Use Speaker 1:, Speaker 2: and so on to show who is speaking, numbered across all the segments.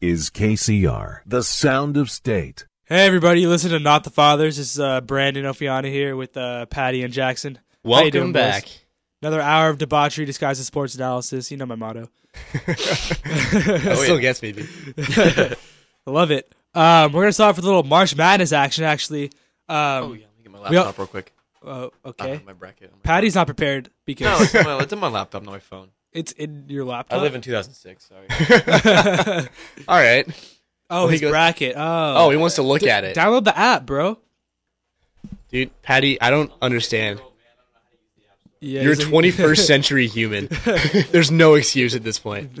Speaker 1: is KCR, the sound of state.
Speaker 2: Hey everybody, you listen to Not the Fathers. This is uh, Brandon Ofiana here with uh, Patty and Jackson. How you
Speaker 3: Welcome
Speaker 2: doing, boys?
Speaker 3: back.
Speaker 2: Another hour of debauchery disguised as sports analysis. You know my motto.
Speaker 4: Oh,
Speaker 3: That still gets me. dude.
Speaker 2: I love it. Um, we're gonna start off with a little March Madness action. Actually,
Speaker 4: Oh
Speaker 2: um,
Speaker 4: yeah, let me get my
Speaker 2: We all-
Speaker 4: laptop real quick.
Speaker 2: oh,
Speaker 4: I
Speaker 2: okay.
Speaker 4: don't have my bracket. on my
Speaker 2: Patty's not prepared
Speaker 4: phone.
Speaker 2: because
Speaker 4: No, it's, in my, it's in my laptop, not my phone.
Speaker 2: it's in your
Speaker 4: I
Speaker 2: laptop.
Speaker 4: live in 2006. Sorry.
Speaker 3: All right.
Speaker 2: oh,
Speaker 3: he
Speaker 2: his
Speaker 3: goes-
Speaker 2: bracket.
Speaker 3: Oh,
Speaker 2: Oh,
Speaker 3: he wants to look at it,
Speaker 2: download the app, bro.
Speaker 3: dude. Patty, I don't understand.
Speaker 2: Yeah,
Speaker 3: You're a
Speaker 2: he's like-
Speaker 3: 21st century human. There's no excuse at this point.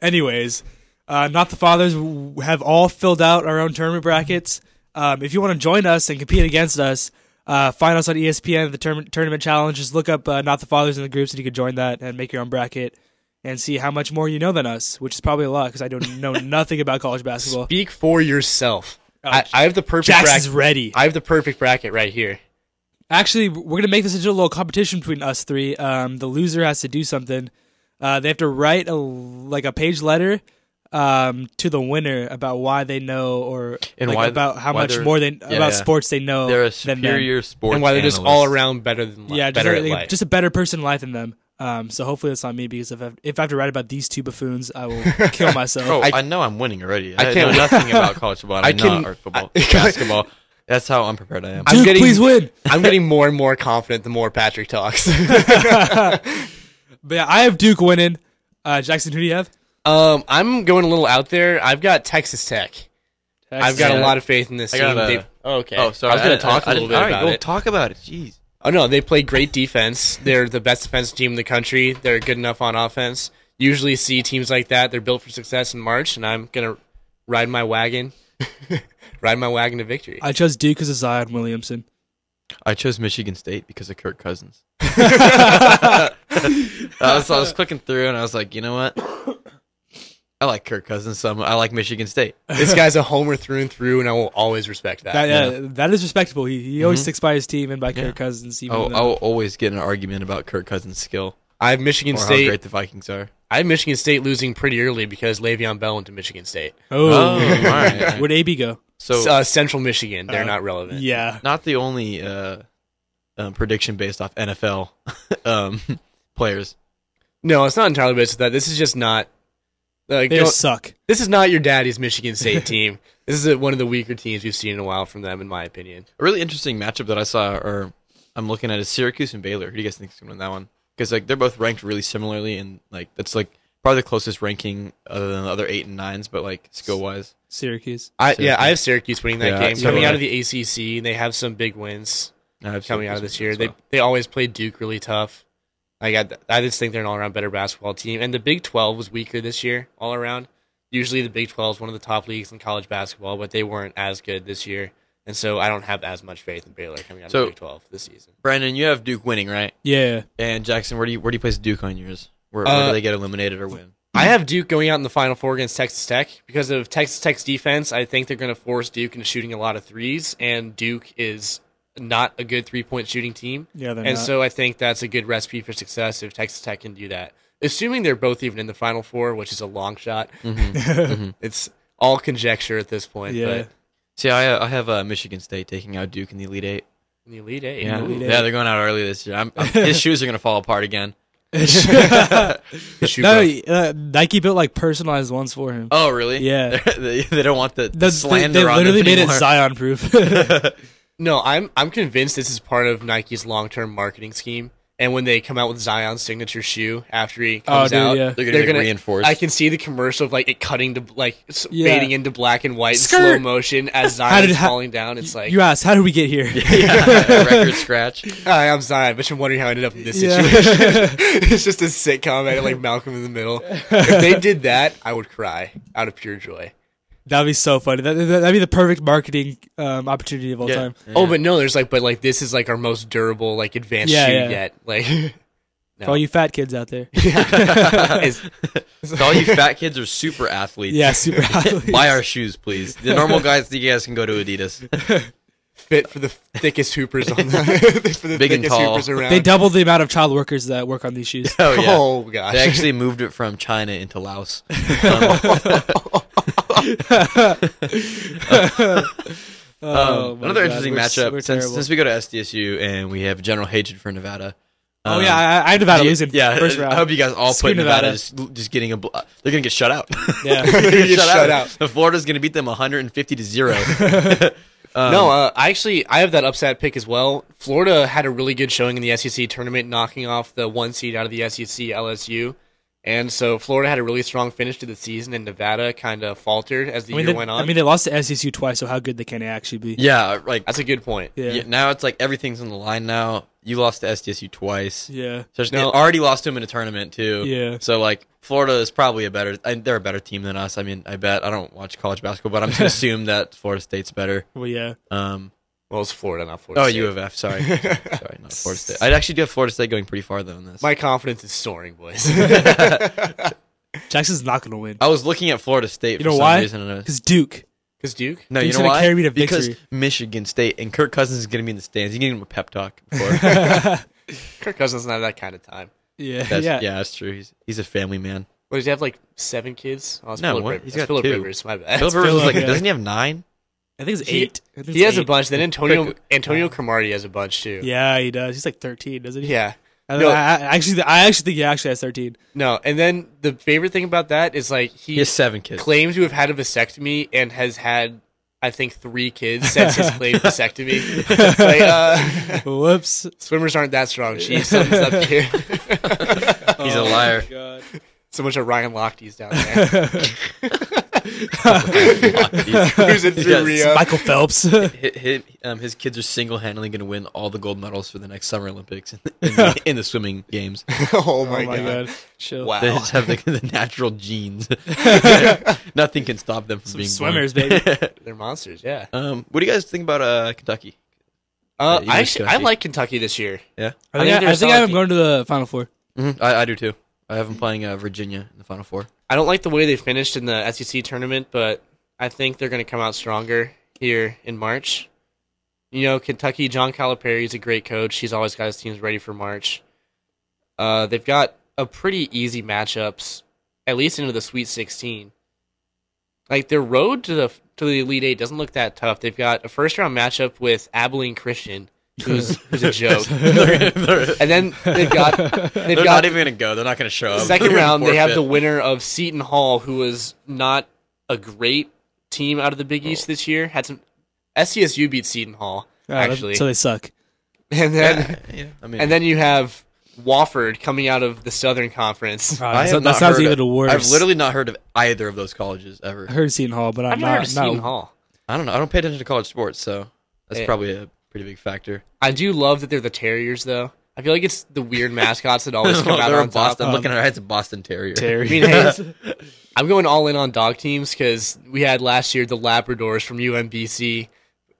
Speaker 2: Anyways, uh, not the fathers w- have all filled out our own tournament brackets. Um, if you want to join us and compete against us, uh, find us on ESPN the tourna- tournament challenge. Just look up uh, not the fathers in the groups, and you can join that and make your own bracket and see how much more you know than us, which is probably a lot because I don't know nothing about college basketball.
Speaker 3: Speak for yourself. I, I have the perfect
Speaker 2: Jackson's
Speaker 3: bracket.
Speaker 2: ready.
Speaker 3: I have the perfect bracket right here.
Speaker 2: Actually, we're gonna make this into a little competition between us three. Um, the loser has to do something. Uh, they have to write a like a page letter um, to the winner about why they know or
Speaker 4: And
Speaker 2: like,
Speaker 4: why-
Speaker 2: about how
Speaker 4: why
Speaker 2: much
Speaker 4: they're-
Speaker 2: more than
Speaker 4: yeah,
Speaker 2: about
Speaker 4: yeah.
Speaker 2: sports they know.
Speaker 4: They're a
Speaker 2: than them.
Speaker 4: superior sports.
Speaker 3: And why they're just
Speaker 4: analyst.
Speaker 3: all around better than li-
Speaker 2: yeah, just,
Speaker 3: better
Speaker 2: like-
Speaker 3: at
Speaker 2: like,
Speaker 3: life.
Speaker 2: just a better person in life than them. Um, so hopefully that's not me because if I, if I have to write about these two buffoons, I will kill myself.
Speaker 4: Bro, Oh, I,
Speaker 3: I-
Speaker 4: know I'm winning already. I,
Speaker 3: can't-
Speaker 4: know nothing about college football.
Speaker 3: I
Speaker 4: I know
Speaker 3: can-
Speaker 4: or football,
Speaker 3: I-
Speaker 4: basketball. That's how unprepared I am.
Speaker 3: I'm
Speaker 2: Dude,
Speaker 3: getting-
Speaker 2: please win.
Speaker 3: I'm getting more and more confident the more Patrick talks.
Speaker 2: But yeah, I have Duke winning. Uh, Jackson, who do you have?
Speaker 3: um, I'm going a little out there. I've got Texas Tech. I've got a
Speaker 4: Yeah.
Speaker 3: lot of faith in this
Speaker 4: I
Speaker 3: team.
Speaker 4: got a-
Speaker 3: They- oh, okay.
Speaker 4: oh, sorry.
Speaker 3: I was going to
Speaker 4: didn't-
Speaker 3: talk a
Speaker 4: I
Speaker 3: little
Speaker 4: didn't-
Speaker 3: bit
Speaker 4: all right,
Speaker 3: about
Speaker 4: go
Speaker 3: it.
Speaker 4: Talk about it. Jeez.
Speaker 3: Oh no, they play great defense. They're the best defensive team in the country. They're good enough on offense. Usually see teams like that. They're built for success in March, and I'm gonna ride my wagon, ride my wagon to victory.
Speaker 2: I chose Duke because of Zion Williamson.
Speaker 4: I chose Michigan State because of Kirk Cousins. I, was, I was clicking through and I was like, you know what? I like Kirk Cousins. So I'm- I like Michigan State.
Speaker 3: this guy's a homer through and through, and I will always respect that.
Speaker 2: That, yeah, that is respectable. He, he
Speaker 4: Mm-hmm.
Speaker 2: always sticks by his team and by Kirk Cousins. Even
Speaker 4: I'll,
Speaker 2: though-
Speaker 4: I'll always get in an argument about Kirk Cousins' skill
Speaker 3: I have Michigan
Speaker 4: or
Speaker 3: State.
Speaker 4: how great the Vikings are.
Speaker 3: I have Michigan State losing pretty early because Le'Veon Bell went to Michigan State.
Speaker 2: oh,
Speaker 4: all right.
Speaker 2: would AB go?
Speaker 4: So,
Speaker 3: uh, Central Michigan, they're
Speaker 2: Uh,
Speaker 3: not relevant.
Speaker 2: Yeah,
Speaker 4: not the only uh, um, prediction based off NFL um, players.
Speaker 3: No, it's not entirely based on that. This is just not. Like,
Speaker 2: they
Speaker 3: don't-
Speaker 2: suck.
Speaker 3: this is not your daddy's Michigan State team. This is uh one of the weaker teams we've seen in a while from them, in my opinion.
Speaker 4: A really interesting matchup that I saw, or I'm looking at, is Syracuse and Baylor. Who do you guys think is going to win that one? Because like they're both ranked really similarly, and like that's like probably the closest ranking other than the other eight and nines, but like skill wise.
Speaker 2: Syracuse.
Speaker 3: I, yeah, I have Syracuse winning that
Speaker 4: Yeah,
Speaker 3: game.
Speaker 4: so
Speaker 3: Coming
Speaker 4: do
Speaker 3: out
Speaker 4: I.
Speaker 3: of the ACC, they have some big wins coming out of this year. They they always play Duke really tough. Like I, I just think they're an all around better basketball team. And the Big Twelve was weaker this year all around. Usually the Big Twelve is one of the top leagues in college basketball, but they weren't as good this year. And so I don't have as much faith in Baylor coming out
Speaker 4: So-
Speaker 3: of the Big Twelve this season.
Speaker 4: Brandon, you have Duke winning, right?
Speaker 2: Yeah,
Speaker 4: And Jackson, where do you where do you place Duke on yours? Where, where
Speaker 3: Uh,
Speaker 4: do they get eliminated or win?
Speaker 3: I have Duke going out in the Final Four against Texas Tech because of Texas Tech's defense. I think they're going to force Duke into shooting a lot of threes, and Duke is not a good three point shooting team.
Speaker 2: Yeah, they're
Speaker 3: and
Speaker 2: not.
Speaker 3: so I think that's a good recipe for success if Texas Tech can do that. Assuming they're both even in the Final Four, which is a long shot, it's all conjecture at this point.
Speaker 2: Mm-hmm. Yeah.
Speaker 3: But
Speaker 4: See, I I have uh, Michigan State taking out Duke in the Elite Eight.
Speaker 3: in the Elite Eight,
Speaker 4: Yeah,
Speaker 3: ooh,
Speaker 4: yeah, they're going out early this year. I'm, I'm, his shoes are going to fall apart again.
Speaker 3: the shoe
Speaker 2: no,
Speaker 3: broke.
Speaker 2: uh, Nike built like personalized ones for him.
Speaker 4: Oh, really?
Speaker 2: Yeah.
Speaker 4: they, they don't want the,
Speaker 2: The-
Speaker 4: the
Speaker 2: they-
Speaker 4: slander.
Speaker 2: they
Speaker 4: on
Speaker 2: literally
Speaker 4: them
Speaker 2: made it
Speaker 4: anymore.
Speaker 2: Zion proof.
Speaker 3: No, I'm I'm convinced this is part of Nike's long term marketing scheme. And when they come out with Zion's signature shoe after he comes
Speaker 2: Oh, dude,
Speaker 3: out,
Speaker 2: yeah.
Speaker 4: They're gonna make it reinforced.
Speaker 3: I can see the commercial of like it cutting to like s-
Speaker 2: Yeah.
Speaker 3: fading into black and white in slow
Speaker 2: Skirt.
Speaker 3: motion as
Speaker 2: How did-
Speaker 3: Zion's
Speaker 2: how-
Speaker 3: falling down. It's like,
Speaker 2: you asked, how did we get here?
Speaker 4: yeah, record scratch.
Speaker 3: hi, I'm Zion, but you're wondering how I ended up in this
Speaker 2: Yeah.
Speaker 3: situation. it's just a sitcom at like Malcolm in the Middle. If they did that, I would cry out of pure joy.
Speaker 2: That'd be so funny. That, that, would be the perfect marketing um, opportunity of all time.
Speaker 3: Oh, but no, there's like, but like this is like our most durable like advanced
Speaker 2: Yeah,
Speaker 3: shoe
Speaker 2: yeah.
Speaker 3: yet. Like,
Speaker 2: For all you fat kids out there.
Speaker 3: it's-
Speaker 4: So all you fat kids are super athletes.
Speaker 2: Yeah, super athletes.
Speaker 4: Buy our shoes, please. The normal guys, you guys can go to Adidas.
Speaker 3: fit for the thickest hoopers on the for the
Speaker 4: Big and
Speaker 3: thickest
Speaker 4: tall.
Speaker 3: hoopers around.
Speaker 2: They doubled the amount of child workers that work on these shoes.
Speaker 4: Oh
Speaker 3: oh gosh,
Speaker 4: They actually moved it from China into Laos.
Speaker 2: Oh,
Speaker 4: Um,
Speaker 2: my
Speaker 4: another
Speaker 2: God,
Speaker 4: interesting
Speaker 2: we're s-
Speaker 4: matchup
Speaker 2: we're
Speaker 4: since,
Speaker 2: terrible.
Speaker 4: since we go to SDSU and we have General Hatred for Nevada.
Speaker 2: oh
Speaker 4: um,
Speaker 2: yeah, I, I had
Speaker 4: do
Speaker 2: Nevada
Speaker 4: you-
Speaker 2: losing
Speaker 4: yeah,
Speaker 2: first round.
Speaker 4: I hope you guys all
Speaker 2: Screw
Speaker 4: put Nevada,
Speaker 2: Nevada.
Speaker 4: Just, just getting a. Bl- uh, they're gonna get shut out.
Speaker 2: yeah.
Speaker 4: They're gonna
Speaker 3: Get shut out.
Speaker 4: The Florida's gonna beat them 150 to zero.
Speaker 2: Um,
Speaker 3: no, uh, I actually I have that upset pick as well. Florida had a really good showing in the SEC tournament, knocking off the one seed out of the E SEC LSU, and so Florida had a really strong finish to the season, and Nevada kind of faltered as the
Speaker 2: I mean,
Speaker 3: year
Speaker 2: they,
Speaker 3: went
Speaker 2: I
Speaker 3: on.
Speaker 2: mean, they lost to SEC twice, so how good they can actually be?
Speaker 4: yeah, like
Speaker 3: That's a good point.
Speaker 2: Yeah.
Speaker 4: yeah,
Speaker 2: Yeah.
Speaker 4: now it's like everything's on the line. Now you lost to SDSU twice.
Speaker 2: Yeah.
Speaker 4: So it's-
Speaker 3: No.
Speaker 4: they already lost to them in a tournament too.
Speaker 2: Yeah.
Speaker 4: So like Florida is probably a better. I, they're a better team than us. I mean, I bet. I don't watch college basketball, but I'm just gonna assume that Florida State's better.
Speaker 2: Well, yeah.
Speaker 4: Um,
Speaker 3: Well, it's Florida, not Florida.
Speaker 4: oh,
Speaker 3: State.
Speaker 4: U of F. Sorry, sorry, not Florida State. I actually do have Florida State going pretty far though in this.
Speaker 3: My confidence is soaring, boys.
Speaker 2: Jackson's not going to win.
Speaker 4: I was looking at Florida State
Speaker 2: You
Speaker 4: for
Speaker 2: know
Speaker 4: some
Speaker 2: why?
Speaker 4: reason. And I was,
Speaker 2: Because Duke.
Speaker 3: Because Duke.
Speaker 4: no,
Speaker 2: Duke's
Speaker 4: you know
Speaker 2: gonna
Speaker 4: why?
Speaker 2: carry me to
Speaker 4: because
Speaker 2: victory.
Speaker 4: Michigan State and Kirk Cousins is going to be in the stands. You can give him a pep talk. Before.
Speaker 3: Kirk Cousins doesn't have that kind of time.
Speaker 2: Yeah.
Speaker 4: That's,
Speaker 2: yeah.
Speaker 4: yeah. that's true. He's he's a family man.
Speaker 3: What does he have? Like seven kids? Oh, it's
Speaker 4: No,
Speaker 3: Philip
Speaker 4: what?
Speaker 3: Rivers.
Speaker 4: He's
Speaker 3: That's
Speaker 4: got
Speaker 3: Philip
Speaker 4: two.
Speaker 3: Rivers. My bad.
Speaker 4: Philip Rivers was like,
Speaker 2: Philip, yeah.
Speaker 4: doesn't he have nine?
Speaker 2: I think it's
Speaker 3: He-
Speaker 2: eight. I think
Speaker 3: he
Speaker 2: it's
Speaker 3: has a
Speaker 2: eight.
Speaker 3: bunch. Then Antonio
Speaker 4: Quick-
Speaker 3: Antonio Cromartie has a bunch too.
Speaker 2: Yeah, he does. He's like 13, doesn't he?
Speaker 3: Yeah.
Speaker 2: I, don't know, I, I actually, I actually think he actually has 13.
Speaker 3: No, and then the favorite thing about that is like he
Speaker 4: He has seven kids.
Speaker 3: claims to have had a vasectomy and has had, I think, three kids since his claimed vasectomy. It's like, uh,
Speaker 2: Whoops.
Speaker 3: swimmers aren't that strong. Chief something's up here.
Speaker 4: He's
Speaker 3: Oh,
Speaker 4: a liar.
Speaker 2: God.
Speaker 3: So much of Ryan Lochte's down there.
Speaker 4: He's-
Speaker 3: Cruising through
Speaker 4: Yes.
Speaker 3: Rio.
Speaker 2: Michael Phelps.
Speaker 4: hi- hi- um, his kids are single-handedly going to win all the gold medals for the next Summer Olympics in the, in the swimming games.
Speaker 3: oh, my
Speaker 2: oh my
Speaker 3: god.
Speaker 2: God. Chill.
Speaker 3: Wow.
Speaker 4: They just have the, the natural genes. Nothing can stop them from
Speaker 2: Some
Speaker 4: being
Speaker 2: swimmers,
Speaker 4: born.
Speaker 2: baby.
Speaker 3: They're monsters, yeah.
Speaker 4: Um, what do you guys think about uh, Kentucky?
Speaker 3: Uh,
Speaker 4: you
Speaker 3: I
Speaker 4: like
Speaker 3: actually, I
Speaker 4: Kentucky?
Speaker 3: like Kentucky this year.
Speaker 4: Yeah,
Speaker 2: I think I,
Speaker 3: think they're
Speaker 2: I,
Speaker 3: a
Speaker 2: think
Speaker 3: solid
Speaker 2: I am
Speaker 3: team.
Speaker 2: going to the Final Four. Ah,
Speaker 4: I, I do too. I have them playing uh, Virginia in the Final Four.
Speaker 3: I don't like the way they finished in the SEC tournament, but I think they're going to come out stronger here in March. You know, Kentucky, John Calipari is a great coach. He's always got his teams ready for March. Uh, they've got a pretty easy matchups, at least into the Sweet 16. Like their road to the to the Elite Eight doesn't look that tough. They've got a first round matchup with Abilene Christian, who's who's a joke,
Speaker 4: they're they're-
Speaker 3: and then they've got they've
Speaker 4: they're
Speaker 3: got
Speaker 4: not even going to go. They're not going to show up.
Speaker 3: second
Speaker 4: They're gonna
Speaker 3: round, they have the
Speaker 4: forfeit.
Speaker 3: winner of Seton Hall, who was not a great team out of the Big East this year. Had some SCSU beat Seton Hall
Speaker 2: Ah, that-
Speaker 3: actually,
Speaker 2: So they suck. Ah,
Speaker 3: and then
Speaker 4: Yeah, I mean,
Speaker 3: and then you have Wofford coming out of the Southern Conference.
Speaker 2: Ah,
Speaker 4: I
Speaker 2: that-
Speaker 4: have
Speaker 2: that
Speaker 4: not
Speaker 2: sounds
Speaker 4: heard
Speaker 2: even
Speaker 4: of-
Speaker 2: worse.
Speaker 4: I've literally not heard of either of those colleges ever.
Speaker 2: I heard Seton Hall, but I'm
Speaker 3: I've
Speaker 2: not.
Speaker 3: never heard of
Speaker 2: not-
Speaker 3: Seton Hall.
Speaker 4: I don't know. I don't pay attention to college sports, so that's
Speaker 3: Yeah.
Speaker 4: probably a pretty big factor.
Speaker 3: I do love that they're the Terriers, though. I feel like it's the weird mascots that always come out
Speaker 4: They're a
Speaker 3: on top.
Speaker 4: Boston. I'm looking at it's a Boston Terrier.
Speaker 3: I mean, hey, I'm going all in on dog teams because we had last year the Labradors from UMBC,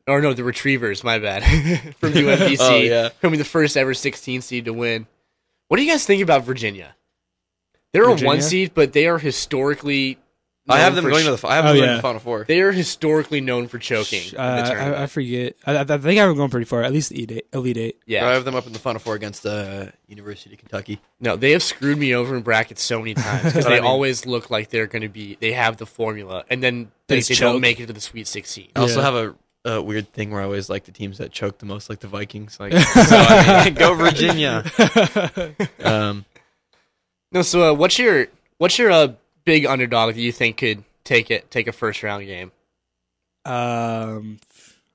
Speaker 3: or no, the Retrievers. My bad, from UMBC,
Speaker 4: Oh, yeah.
Speaker 3: who were the first ever 16 seed to win. What do you guys think about Virginia? They're a one
Speaker 2: Virginia?
Speaker 3: seed, but they are historically.
Speaker 4: I
Speaker 3: known
Speaker 4: have them
Speaker 3: for
Speaker 4: going
Speaker 3: ch-
Speaker 4: to the. fi- I have
Speaker 2: Oh,
Speaker 4: them going
Speaker 2: yeah.
Speaker 4: to the Final Four.
Speaker 3: They are historically known for choking.
Speaker 2: Uh,
Speaker 3: in the tournament.
Speaker 2: I, I forget. I, I think I'm going pretty far. At least the Elite Eight. Elite Eight.
Speaker 4: I
Speaker 3: yeah,
Speaker 4: have them up in the Final Four against uh, University of Kentucky.
Speaker 3: no, they have screwed me over in brackets so many times because they
Speaker 4: I mean-
Speaker 3: always look like they're going to be. They have the formula, and then
Speaker 2: They
Speaker 3: they,
Speaker 2: just
Speaker 3: they don't
Speaker 2: choke.
Speaker 3: make it to the Sweet 16.
Speaker 4: I also
Speaker 2: Yeah.
Speaker 4: have a, a weird thing where I always like the teams that choke the most, like the Vikings. Like, so, I mean, go Virginia. um,
Speaker 3: No, so uh, what's your what's your uh, big underdog that you think could take it take a first round game?
Speaker 2: Um,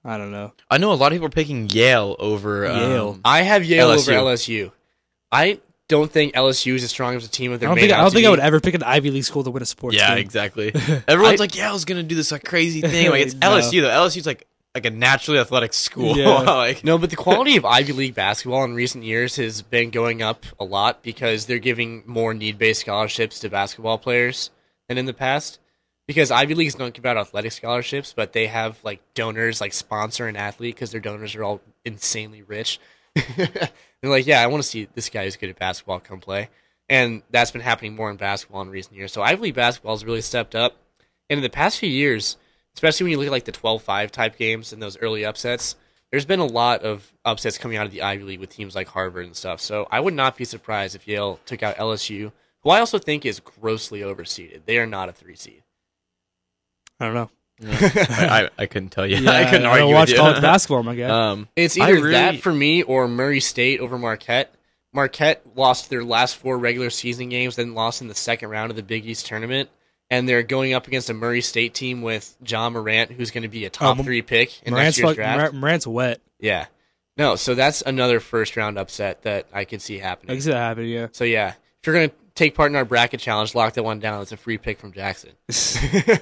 Speaker 2: I don't know.
Speaker 4: I know a lot of people are picking Yale over um,
Speaker 2: Yale.
Speaker 3: I have Yale over
Speaker 4: LSU.
Speaker 3: LSU. I don't think LSU is as strong as a team
Speaker 2: I
Speaker 3: as they're
Speaker 2: don't
Speaker 3: made
Speaker 2: think. I
Speaker 3: out
Speaker 2: don't
Speaker 3: to
Speaker 2: think I
Speaker 3: be.
Speaker 2: would ever pick an Ivy League school to win a sports.
Speaker 4: Yeah,
Speaker 2: game.
Speaker 4: exactly. Everyone's like, Yale's gonna do this like crazy thing. Like it's
Speaker 2: No.
Speaker 4: LSU though. LSU's like like a naturally athletic school.
Speaker 2: Yeah.
Speaker 4: like
Speaker 3: No, but the quality of Ivy League basketball in recent years has been going up a lot because they're giving more need based scholarships to basketball players than in the past. Because Ivy Leagues don't give out athletic scholarships, but they have like donors like sponsor an athlete because their donors are all insanely rich. they're like, yeah, I want to see this guy who's good at basketball come play. And that's been happening more in basketball in recent years. So Ivy League basketball has really stepped up. And in the past few years, especially when you look at like the 12-5 type games and those early upsets, there's been a lot of upsets coming out of the Ivy League with teams like Harvard and stuff. So I would not be surprised if Yale took out LSU, who I also think is grossly overseeded. They are not a three seed.
Speaker 2: I don't know.
Speaker 4: I, I, I couldn't tell you. I couldn't
Speaker 2: don't
Speaker 4: argue with
Speaker 2: watch
Speaker 4: you.
Speaker 2: college basketball, my guy.
Speaker 4: Um,
Speaker 3: It's
Speaker 4: I
Speaker 3: either
Speaker 4: really-
Speaker 3: that for me or Murray State over Marquette. Marquette lost their last four regular season games, then lost in the second round of the Big East tournament. And they're going up against a Murray State team with John Morant, who's going to be a top
Speaker 4: Um,
Speaker 2: Mor-
Speaker 3: three pick in
Speaker 2: Morant's,
Speaker 3: next year's
Speaker 2: fuck-
Speaker 3: draft.
Speaker 2: Mor- Morant's wet.
Speaker 3: yeah. No, so that's another first round upset that I could see
Speaker 2: I
Speaker 3: happening.
Speaker 2: can see that happening. Yeah.
Speaker 3: So, yeah, if you're going to take part in our bracket challenge, lock that one down. It's a free pick from Jackson.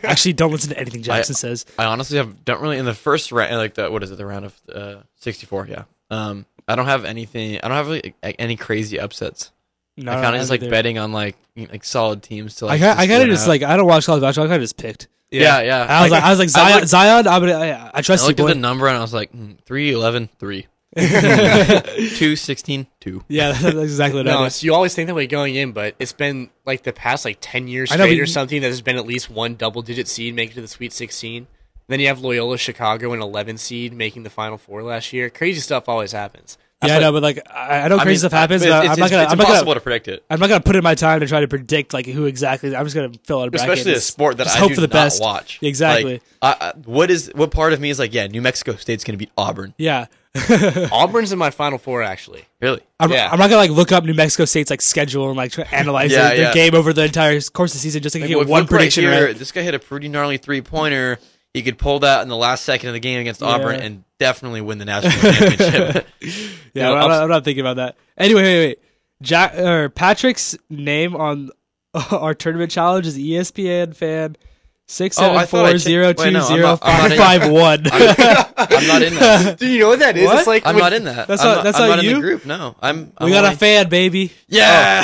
Speaker 2: Actually, don't listen to anything Jackson says.
Speaker 4: I honestly have don't really in the first round, like the what is it, the round of uh, sixty four? Yeah. Um, I don't have anything. I don't have really, like, any crazy upsets.
Speaker 2: No,
Speaker 4: I
Speaker 2: no,
Speaker 4: kind
Speaker 2: no,
Speaker 4: of just like
Speaker 2: they're-
Speaker 4: betting on like you know, like solid teams to
Speaker 2: I
Speaker 4: like.
Speaker 2: got, I kind of
Speaker 4: win
Speaker 2: just
Speaker 4: out.
Speaker 2: like I don't watch college basketball. I kind of just picked.
Speaker 4: yeah yeah.
Speaker 2: I was like, I was like Zion.
Speaker 4: looked-
Speaker 2: Zion, I would, I, I
Speaker 4: I
Speaker 2: trust you,
Speaker 4: looked at
Speaker 2: boy.
Speaker 4: the number and I was like hmm, 3, 11, 3. 2, 16, 2.
Speaker 2: yeah, that's exactly what I
Speaker 3: No,
Speaker 2: did.
Speaker 3: it's, you always think that way going in, but it's been like the past like ten years
Speaker 2: I know,
Speaker 3: straight
Speaker 2: but
Speaker 3: or
Speaker 2: you-
Speaker 3: something that has been at least one double digit seed making it to the Sweet Sixteen. Then you have Loyola Chicago an eleven seed making the Final Four last year. Crazy stuff always happens.
Speaker 2: Yeah, I know, but like I, I know crazy stuff happens.
Speaker 4: It's,
Speaker 2: but
Speaker 4: it's-
Speaker 2: I'm not gonna.
Speaker 4: it's
Speaker 2: I'm not
Speaker 4: impossible
Speaker 2: gonna.
Speaker 4: to predict it,
Speaker 2: I'm not gonna put in my time to try to predict like who exactly. I'm just gonna fill out a bracket.
Speaker 4: especially
Speaker 2: and
Speaker 4: a sport that
Speaker 2: just
Speaker 4: I
Speaker 2: hope
Speaker 4: do
Speaker 2: for the
Speaker 4: not
Speaker 2: best.
Speaker 4: watch.
Speaker 2: Exactly.
Speaker 4: Like, I, I, what is what part of me is like, yeah, New Mexico State's going to beat Auburn.
Speaker 2: yeah.
Speaker 3: Auburn's in my Final Four actually.
Speaker 4: Really?
Speaker 2: I'm,
Speaker 3: Yeah.
Speaker 2: I'm not gonna like look up New Mexico State's like schedule and like try to analyze
Speaker 4: Yeah,
Speaker 2: their, their
Speaker 4: yeah.
Speaker 2: game over the entire course of the season just to
Speaker 4: Well,
Speaker 2: get
Speaker 4: if
Speaker 2: one
Speaker 4: look
Speaker 2: prediction
Speaker 4: right, here,
Speaker 2: right.
Speaker 4: This guy hit a pretty gnarly three pointer. He could pull that in the last second of the game against Auburn
Speaker 2: Yeah.
Speaker 4: and definitely win the national championship.
Speaker 2: Yeah,
Speaker 4: know,
Speaker 2: I'm, not,
Speaker 4: ups-
Speaker 2: I'm not thinking about that. Anyway, wait, wait. Jack or Patrick's name on our tournament challenge is E ESPN fan six
Speaker 4: Oh,
Speaker 2: seven
Speaker 4: I thought I
Speaker 2: four
Speaker 4: changed-
Speaker 2: zero
Speaker 4: wait,
Speaker 2: two
Speaker 4: no, I'm
Speaker 2: zero
Speaker 4: not-
Speaker 2: five
Speaker 4: I'm not
Speaker 2: five one.
Speaker 4: I'm not in that.
Speaker 3: Do you know what that is?
Speaker 2: What?
Speaker 3: It's like
Speaker 4: I'm
Speaker 3: when-
Speaker 4: not in that.
Speaker 2: That's
Speaker 4: I'm
Speaker 2: not-
Speaker 4: not,
Speaker 2: that's
Speaker 4: I'm
Speaker 2: not
Speaker 4: not
Speaker 2: you?
Speaker 4: in the group. No, I'm. I'm
Speaker 2: We got
Speaker 4: only-
Speaker 2: a fan, baby.
Speaker 4: Yeah.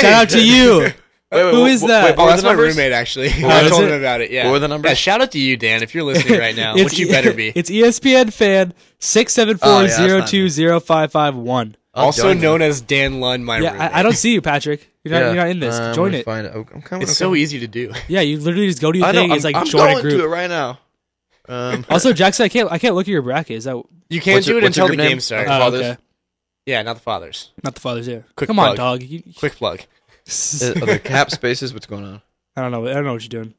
Speaker 2: Shout out to you.
Speaker 4: Wait, wait,
Speaker 2: Who
Speaker 4: wh-
Speaker 2: is
Speaker 4: wh-
Speaker 2: that?
Speaker 4: wait, what
Speaker 3: Oh,
Speaker 4: were
Speaker 3: that's
Speaker 4: the
Speaker 3: my
Speaker 4: numbers?
Speaker 3: roommate actually. I
Speaker 2: is
Speaker 3: told
Speaker 2: it?
Speaker 3: him about it. Yeah.
Speaker 4: What were the numbers?
Speaker 3: Yeah, shout out to you, Dan, if you're listening right now,
Speaker 2: It's-
Speaker 3: which Uh, you better be.
Speaker 2: It's E ESPN fan six seven four
Speaker 4: Oh, yeah,
Speaker 2: zero
Speaker 4: that's not
Speaker 2: two
Speaker 4: me.
Speaker 2: zero five five one.
Speaker 4: I'll
Speaker 3: Also
Speaker 4: join them.
Speaker 3: known as Dan Lund, my
Speaker 2: Yeah,
Speaker 3: roommate.
Speaker 2: I, I don't see you, Patrick. You're not, you're not in this.
Speaker 4: Um,
Speaker 2: join
Speaker 4: let me
Speaker 2: it.
Speaker 4: Find it. I'm coming.
Speaker 3: It's
Speaker 4: I'm
Speaker 3: so
Speaker 4: coming.
Speaker 3: easy to do.
Speaker 2: Yeah, you literally just go to your
Speaker 4: I know.
Speaker 2: thing.
Speaker 4: I'm,
Speaker 2: it's like
Speaker 4: I'm
Speaker 2: join
Speaker 4: going
Speaker 2: a group.
Speaker 4: to it right now. Um,
Speaker 2: Also, Jackson, I can't I can't look at your bracket. Is that
Speaker 3: You can't
Speaker 4: What's
Speaker 3: do
Speaker 4: your-
Speaker 3: it
Speaker 4: what's
Speaker 3: until
Speaker 4: your
Speaker 3: the
Speaker 4: group name?
Speaker 3: game starts.
Speaker 4: Uh,
Speaker 2: Oh,
Speaker 4: Fathers.
Speaker 2: okay.
Speaker 3: yeah, not the fathers.
Speaker 2: not the father's here?
Speaker 3: Quick
Speaker 2: Come on,
Speaker 3: plug.
Speaker 2: dog. You,
Speaker 3: Quick plug.
Speaker 4: are there cap spaces? What's going on?
Speaker 2: I don't know. I don't know what you're doing.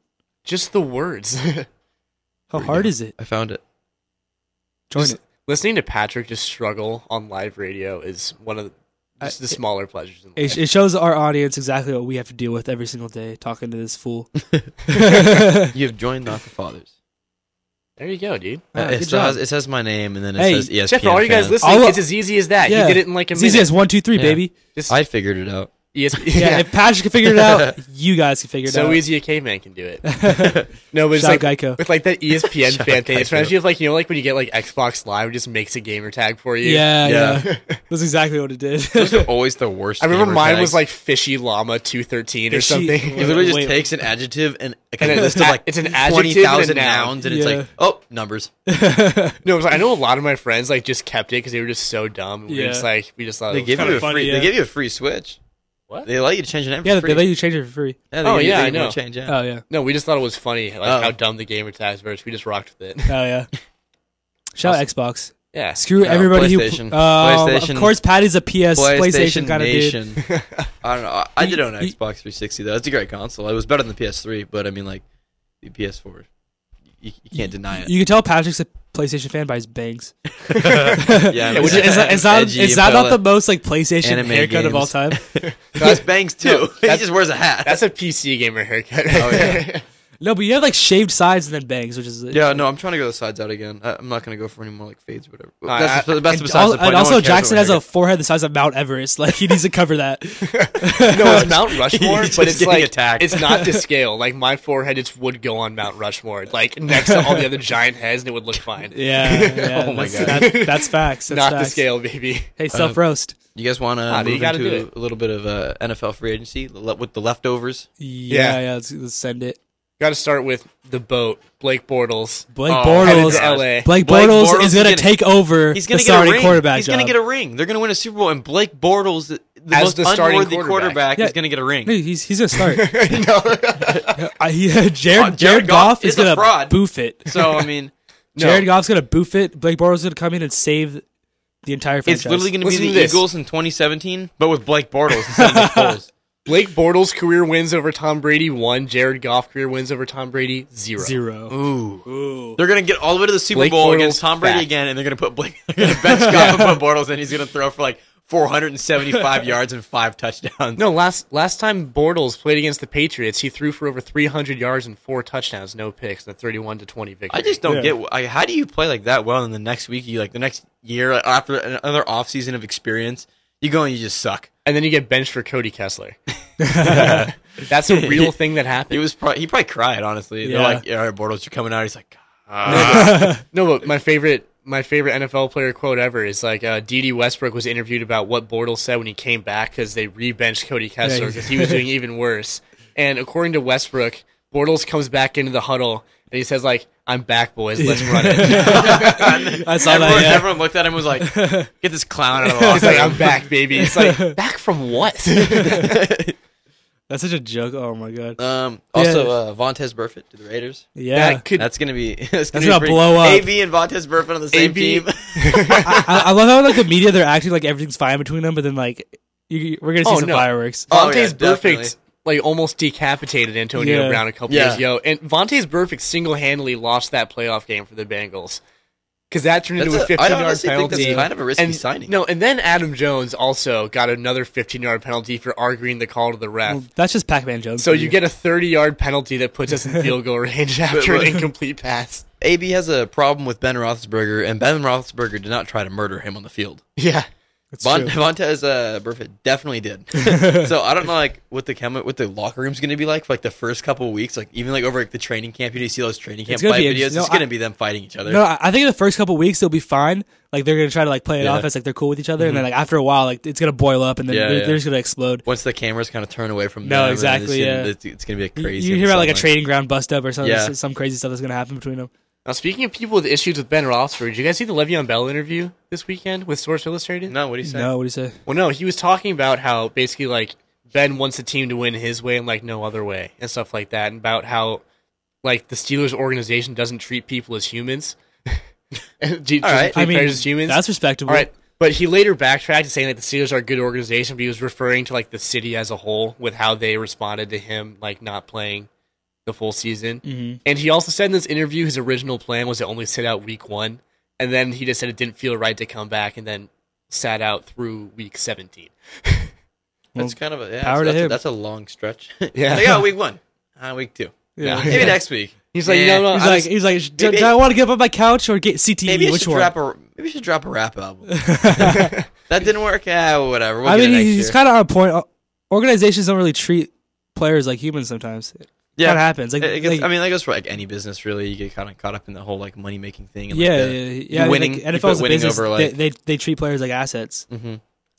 Speaker 3: Just the words.
Speaker 2: How hard is it?
Speaker 4: I found it.
Speaker 2: Join
Speaker 3: Just
Speaker 2: it.
Speaker 3: Listening to Patrick just struggle on live radio is one of the, just the smaller pleasures in life.
Speaker 2: It, it shows our audience exactly what we have to deal with every single day talking to this fool.
Speaker 4: You have joined not the fathers.
Speaker 3: there you go, dude.
Speaker 2: Ah,
Speaker 4: Uh,
Speaker 2: good
Speaker 4: it, still
Speaker 2: job.
Speaker 4: has, it says my name and then it
Speaker 2: Hey,
Speaker 4: says E ESPN.
Speaker 3: Except for all you guys
Speaker 4: fan.
Speaker 3: listening,
Speaker 2: All-
Speaker 3: it's as easy as that.
Speaker 2: Yeah.
Speaker 3: You did it in like a
Speaker 2: It's
Speaker 3: minute.
Speaker 2: easy as one, two, three,
Speaker 4: Yeah.
Speaker 2: baby.
Speaker 3: Just- E
Speaker 4: I figured it out.
Speaker 3: ESP-
Speaker 2: Yeah,
Speaker 3: yeah.
Speaker 2: if Patrick can figure it out, you guys can figure it out.
Speaker 3: so easy a caveman can do it. no, but it's
Speaker 2: Shout out
Speaker 3: like
Speaker 2: Geico.
Speaker 3: with like E that ESPN
Speaker 4: Shout
Speaker 3: fan
Speaker 4: out
Speaker 3: thing. It's
Speaker 4: Geico.
Speaker 3: reminds you of like you know like when you get like Xbox Live, it just makes a gamer tag for you.
Speaker 2: Yeah, yeah.
Speaker 4: Yeah.
Speaker 2: That's exactly what it did.
Speaker 4: Those are always the worst.
Speaker 3: I remember
Speaker 4: gamer
Speaker 3: mine was
Speaker 4: tags.
Speaker 3: like fishy llama two thirteen or
Speaker 2: Fishy-
Speaker 3: something.
Speaker 4: He literally just
Speaker 2: Wait.
Speaker 4: takes an adjective and like
Speaker 3: And
Speaker 4: a
Speaker 3: it's
Speaker 4: list
Speaker 3: a-
Speaker 4: of like
Speaker 3: it's an adjective
Speaker 4: twenty thousand
Speaker 3: and a noun.
Speaker 4: nouns, and it's
Speaker 2: Yeah.
Speaker 4: like oh numbers.
Speaker 3: no, it was like, I know a lot of my friends like just kept it because they were just so dumb. We
Speaker 2: Yeah.
Speaker 3: were just like we just thought it
Speaker 4: They
Speaker 3: was
Speaker 4: give
Speaker 3: kinda
Speaker 4: you a
Speaker 2: funny,
Speaker 4: free.
Speaker 2: yeah.
Speaker 4: They give you a free switch.
Speaker 3: What?
Speaker 4: They let you change your name.
Speaker 2: yeah,
Speaker 4: for free.
Speaker 2: they let you change it for free.
Speaker 4: they
Speaker 3: Oh,
Speaker 4: give you-
Speaker 3: yeah,
Speaker 4: they
Speaker 3: I
Speaker 4: give you a
Speaker 3: know.
Speaker 4: Change. Yeah.
Speaker 2: Oh yeah,
Speaker 3: No, we just thought it was funny, like
Speaker 4: Oh.
Speaker 3: how dumb the gamer tags were. so We just rocked with it.
Speaker 2: oh yeah. Shout out Xbox.
Speaker 3: Yeah,
Speaker 2: Screw everybody who.
Speaker 4: PlayStation.
Speaker 2: Um, Of
Speaker 4: PlayStation.
Speaker 2: course, Patty's a PS PlayStation,
Speaker 4: PlayStation,
Speaker 2: kind of dude.
Speaker 4: Nation. I don't know. I, I did own an
Speaker 2: You- you-
Speaker 4: Xbox 360 though. It's a great console. It was better than the PS3, but I mean, like the PS4, you, you can't deny it.
Speaker 2: You can tell Patrick's a PlayStation fan by his bangs.
Speaker 4: yeah,
Speaker 3: which
Speaker 2: Is,
Speaker 3: is-
Speaker 2: that- is that,
Speaker 4: edgy
Speaker 2: is that not the
Speaker 4: fella.
Speaker 2: most like PlayStation
Speaker 4: Anime
Speaker 2: haircut of all
Speaker 4: games.
Speaker 2: time?
Speaker 4: He has bangs too. he
Speaker 3: that's-
Speaker 4: just wears a hat.
Speaker 3: That's a PC gamer haircut. Right there.
Speaker 2: No, but you have like shaved sides and then bangs, which is
Speaker 4: yeah, no, I'm trying to go the sides out again. I, I'm not gonna go for any more like fades, or whatever.
Speaker 3: I-
Speaker 4: that's
Speaker 3: I-
Speaker 4: the, that's
Speaker 2: And,
Speaker 4: besides
Speaker 2: al-
Speaker 4: the point.
Speaker 2: and
Speaker 4: No one
Speaker 2: also,
Speaker 4: cares
Speaker 2: Jackson
Speaker 4: what
Speaker 2: has
Speaker 4: I
Speaker 2: a forehead the size of Mount Everest. Like he needs to cover that.
Speaker 3: no, it's Mount Rushmore,
Speaker 4: He's
Speaker 3: but
Speaker 4: just
Speaker 3: it's
Speaker 4: getting
Speaker 3: like
Speaker 4: attacked.
Speaker 3: it's not to scale. Like my forehead just would go on Mount Rushmore, like next to all the other giant heads, and it would look fine.
Speaker 2: Yeah, yeah,
Speaker 4: Oh my
Speaker 2: that's-
Speaker 4: God.
Speaker 2: that- that's facts. That's
Speaker 3: not to
Speaker 2: facts.
Speaker 3: scale, baby.
Speaker 2: Hey,
Speaker 4: Uh-huh.
Speaker 2: self roast.
Speaker 4: You guys want to
Speaker 3: Ah, you
Speaker 4: move
Speaker 3: gotta do
Speaker 4: into
Speaker 3: it.
Speaker 4: a little bit of uh, NFL free agency le- with the leftovers?
Speaker 2: yeah, yeah. Let's, let's send it.
Speaker 3: Got to start with the boat, Blake Bortles.
Speaker 2: Blake
Speaker 4: Oh,
Speaker 3: headed
Speaker 2: Bortles.
Speaker 3: to LA.
Speaker 2: Blake
Speaker 4: Blake
Speaker 2: Bortles,
Speaker 4: Bortles
Speaker 2: is
Speaker 4: is
Speaker 2: going to
Speaker 4: gonna-
Speaker 2: take over
Speaker 4: He's
Speaker 2: the
Speaker 4: gonna get a
Speaker 2: starting
Speaker 4: ring.
Speaker 2: quarterback
Speaker 4: He's
Speaker 2: job.
Speaker 4: gonna get a ring. They're gonna win a Super Bowl, and Blake Bortles, the, the
Speaker 3: As
Speaker 4: most
Speaker 3: the starting
Speaker 4: unworthy quarterback,
Speaker 3: quarterback.
Speaker 2: Yeah.
Speaker 4: is gonna get a ring.
Speaker 2: No, he's he's gonna start.
Speaker 3: no,
Speaker 2: I, he, Jared, Jared Goff,
Speaker 4: Goff
Speaker 2: is
Speaker 4: is a
Speaker 2: gonna
Speaker 4: fraud.
Speaker 2: boof it.
Speaker 4: So I mean,
Speaker 2: Jared Goff's gonna boof it. Blake Bortles is gonna come in and save the entire franchise.
Speaker 4: it's literally gonna
Speaker 3: Listen
Speaker 4: be
Speaker 3: to
Speaker 4: the
Speaker 3: this.
Speaker 4: Eagles in 2017, but with Blake Bortles instead of Nick Foles.
Speaker 3: Blake Bortles career wins over Tom Brady one. Jared Goff career wins over Tom Brady zero.
Speaker 2: Zero.
Speaker 4: Ooh.
Speaker 2: Ooh.
Speaker 4: They're gonna get all the way to the Super
Speaker 3: Blake
Speaker 4: Bowl
Speaker 3: Bortles
Speaker 4: against Tom Brady
Speaker 3: back.
Speaker 4: again, and they're gonna put Blake, they're gonna bench Goff and put Bortles in. He's gonna throw for like 475 yards and five touchdowns.
Speaker 3: No, last last time Bortles played against the Patriots, he threw for over 300 yards and four touchdowns, no picks, in a 31 to 20 victory.
Speaker 4: I just don't
Speaker 2: Yeah.
Speaker 4: get like, how do you play like that well, and the next week you like the next year like, after another off season of experience, you go and you just suck.
Speaker 3: and then you get benched for Cody Kessler. That's a real thing that
Speaker 4: He
Speaker 3: happened.
Speaker 4: was probably he probably cried honestly.
Speaker 2: Yeah.
Speaker 4: They're like, yeah, all right, Bortles, you're coming out. He's like,
Speaker 3: No, but my favorite my favorite NFL player quote ever is like uh, D.D. Westbrook was interviewed about what Bortles said when he came back because they re-benched Cody Kessler
Speaker 2: Yeah, he-
Speaker 3: because he was doing even worse. And according to Westbrook, Bortles comes back into the huddle and he says like, "I'm back, boys. Let's run it."
Speaker 2: I saw
Speaker 4: everyone,
Speaker 2: that. Yeah.
Speaker 4: everyone looked at him and was like, get this clown out of the
Speaker 3: He's like,
Speaker 4: locker room.
Speaker 3: "I'm back, baby." It's like, "Back from what?"
Speaker 2: That's such a joke. Oh my god.
Speaker 4: Um,
Speaker 2: Yeah.
Speaker 4: also, uh, Vontez Burfitt to the Raiders.
Speaker 2: yeah.
Speaker 3: That could
Speaker 4: That's gonna be that's gonna,
Speaker 2: That's gonna
Speaker 4: be pretty-
Speaker 2: blow up.
Speaker 4: AB and Vontez Burfitt on the same
Speaker 3: AB.
Speaker 4: team.
Speaker 2: I, I love how like the media they're acting like everything's fine between them, but then like you, you- we're gonna see
Speaker 3: Oh,
Speaker 2: some
Speaker 3: no.
Speaker 2: fireworks.
Speaker 4: Oh,
Speaker 3: Vontae's
Speaker 4: yeah, definitely.
Speaker 3: perfect. Like almost decapitated Antonio
Speaker 2: Yeah.
Speaker 3: Brown a couple
Speaker 4: Yeah.
Speaker 3: years ago, and Vontae's perfect single-handedly lost that playoff game for the Bengals because that turned into
Speaker 4: That's
Speaker 3: a
Speaker 4: a- I
Speaker 3: 15-yard
Speaker 4: honestly think
Speaker 3: penalty.
Speaker 4: that's kind of a risky
Speaker 3: and,
Speaker 4: signing.
Speaker 3: No, and then Adam Jones also got another 15-yard penalty for arguing the call to the ref.
Speaker 2: Well, that's just Pac-Man Jones.
Speaker 3: so
Speaker 2: for
Speaker 3: you get a 30-yard penalty that puts us in field goal range after
Speaker 4: but-
Speaker 3: an incomplete pass.
Speaker 4: AB has a problem with Ben Roethlisberger, and Ben Roethlisberger did not try to murder him on the field.
Speaker 3: Yeah,
Speaker 2: It's
Speaker 4: Von-
Speaker 2: true.
Speaker 4: Vontez uh, Burfitt definitely did. so I don't know, like what the chemi- what the locker room's gonna be like for like the first couple weeks, like even like over like, the training camp. You know, you see those training camp
Speaker 2: gonna
Speaker 4: fight
Speaker 2: be
Speaker 4: videos.
Speaker 2: interesting.
Speaker 4: it's
Speaker 2: No,
Speaker 4: gonna
Speaker 2: I-
Speaker 4: be them fighting each other.
Speaker 2: No, I I think in the first couple weeks they'll be fine. Like they're gonna try to like play it
Speaker 4: Yeah. Mm-hmm.
Speaker 2: off as like they're cool with each other, and then like after a while, like it's gonna boil up, and then
Speaker 4: Yeah,
Speaker 2: they're,
Speaker 4: yeah.
Speaker 2: they're just gonna explode.
Speaker 4: Once the cameras kind of turn away from
Speaker 2: No,
Speaker 4: them, and
Speaker 2: exactly,
Speaker 4: It's,
Speaker 2: yeah.
Speaker 4: gonna, it's, it's gonna be like
Speaker 2: You-
Speaker 4: crazy.
Speaker 2: You
Speaker 4: on
Speaker 2: hear
Speaker 4: the
Speaker 2: about like a
Speaker 4: sideline.
Speaker 2: trading ground bust up or something,
Speaker 4: Yeah.
Speaker 2: some crazy stuff that's gonna happen between them.
Speaker 3: Now speaking of people with issues with Ben Roethlisberger, did you guys see the Le'Veon Bell interview this weekend with Source Illustrated?
Speaker 4: No, what do you say?
Speaker 2: No, what do you say?
Speaker 3: Well, no, he was talking about how basically like Ben wants the team to win his way and like no other way and stuff like that, and about how like the Steelers organization doesn't treat people as humans. And do- doesn't
Speaker 4: right.
Speaker 3: treat
Speaker 2: I mean,
Speaker 3: players as humans.
Speaker 2: that's respectable.
Speaker 3: all right. But he later backtracked and saying that the Steelers are a good organization, but he was referring to like the city as a whole with how they responded to him like not playing the full season. Mm-hmm. And he also said in this interview his original plan was to only sit out week one, and then he just said it didn't feel right to come back and then sat out through week seventeen.
Speaker 4: That's kind of a yeah,
Speaker 2: power to
Speaker 4: so that's, a,
Speaker 2: him.
Speaker 4: that's a long stretch.
Speaker 3: Yeah.
Speaker 4: like, oh, week one, uh, week two,
Speaker 2: Yeah.
Speaker 4: yeah, maybe next week.
Speaker 3: He's like, no, no,
Speaker 2: He's
Speaker 3: I
Speaker 2: like,
Speaker 3: was-
Speaker 2: he's like, do,
Speaker 4: maybe-
Speaker 2: do I want to give up my couch or get CTE?
Speaker 4: Maybe I
Speaker 2: Which
Speaker 4: should
Speaker 2: one?
Speaker 4: drop a maybe I should drop a rap album. that didn't work. Ah, whatever. We'll
Speaker 2: I
Speaker 4: get
Speaker 2: mean,
Speaker 4: it next
Speaker 2: he's
Speaker 4: year.
Speaker 2: kind of on point. Uh, Organizations don't really treat players like humans sometimes. It
Speaker 4: Yeah.
Speaker 2: kind of happens. Like,
Speaker 4: It- it gets-
Speaker 2: like-
Speaker 4: I mean, that goes for like any business, really. You get kind of caught up in the whole like money making thing. And, like,
Speaker 2: yeah,
Speaker 4: the-
Speaker 2: yeah, yeah,
Speaker 4: you
Speaker 2: I mean,
Speaker 4: winning,
Speaker 2: like,
Speaker 4: you put
Speaker 2: NFL's a
Speaker 4: winning
Speaker 2: business.
Speaker 4: over
Speaker 2: they,
Speaker 4: like
Speaker 2: they they treat players like assets.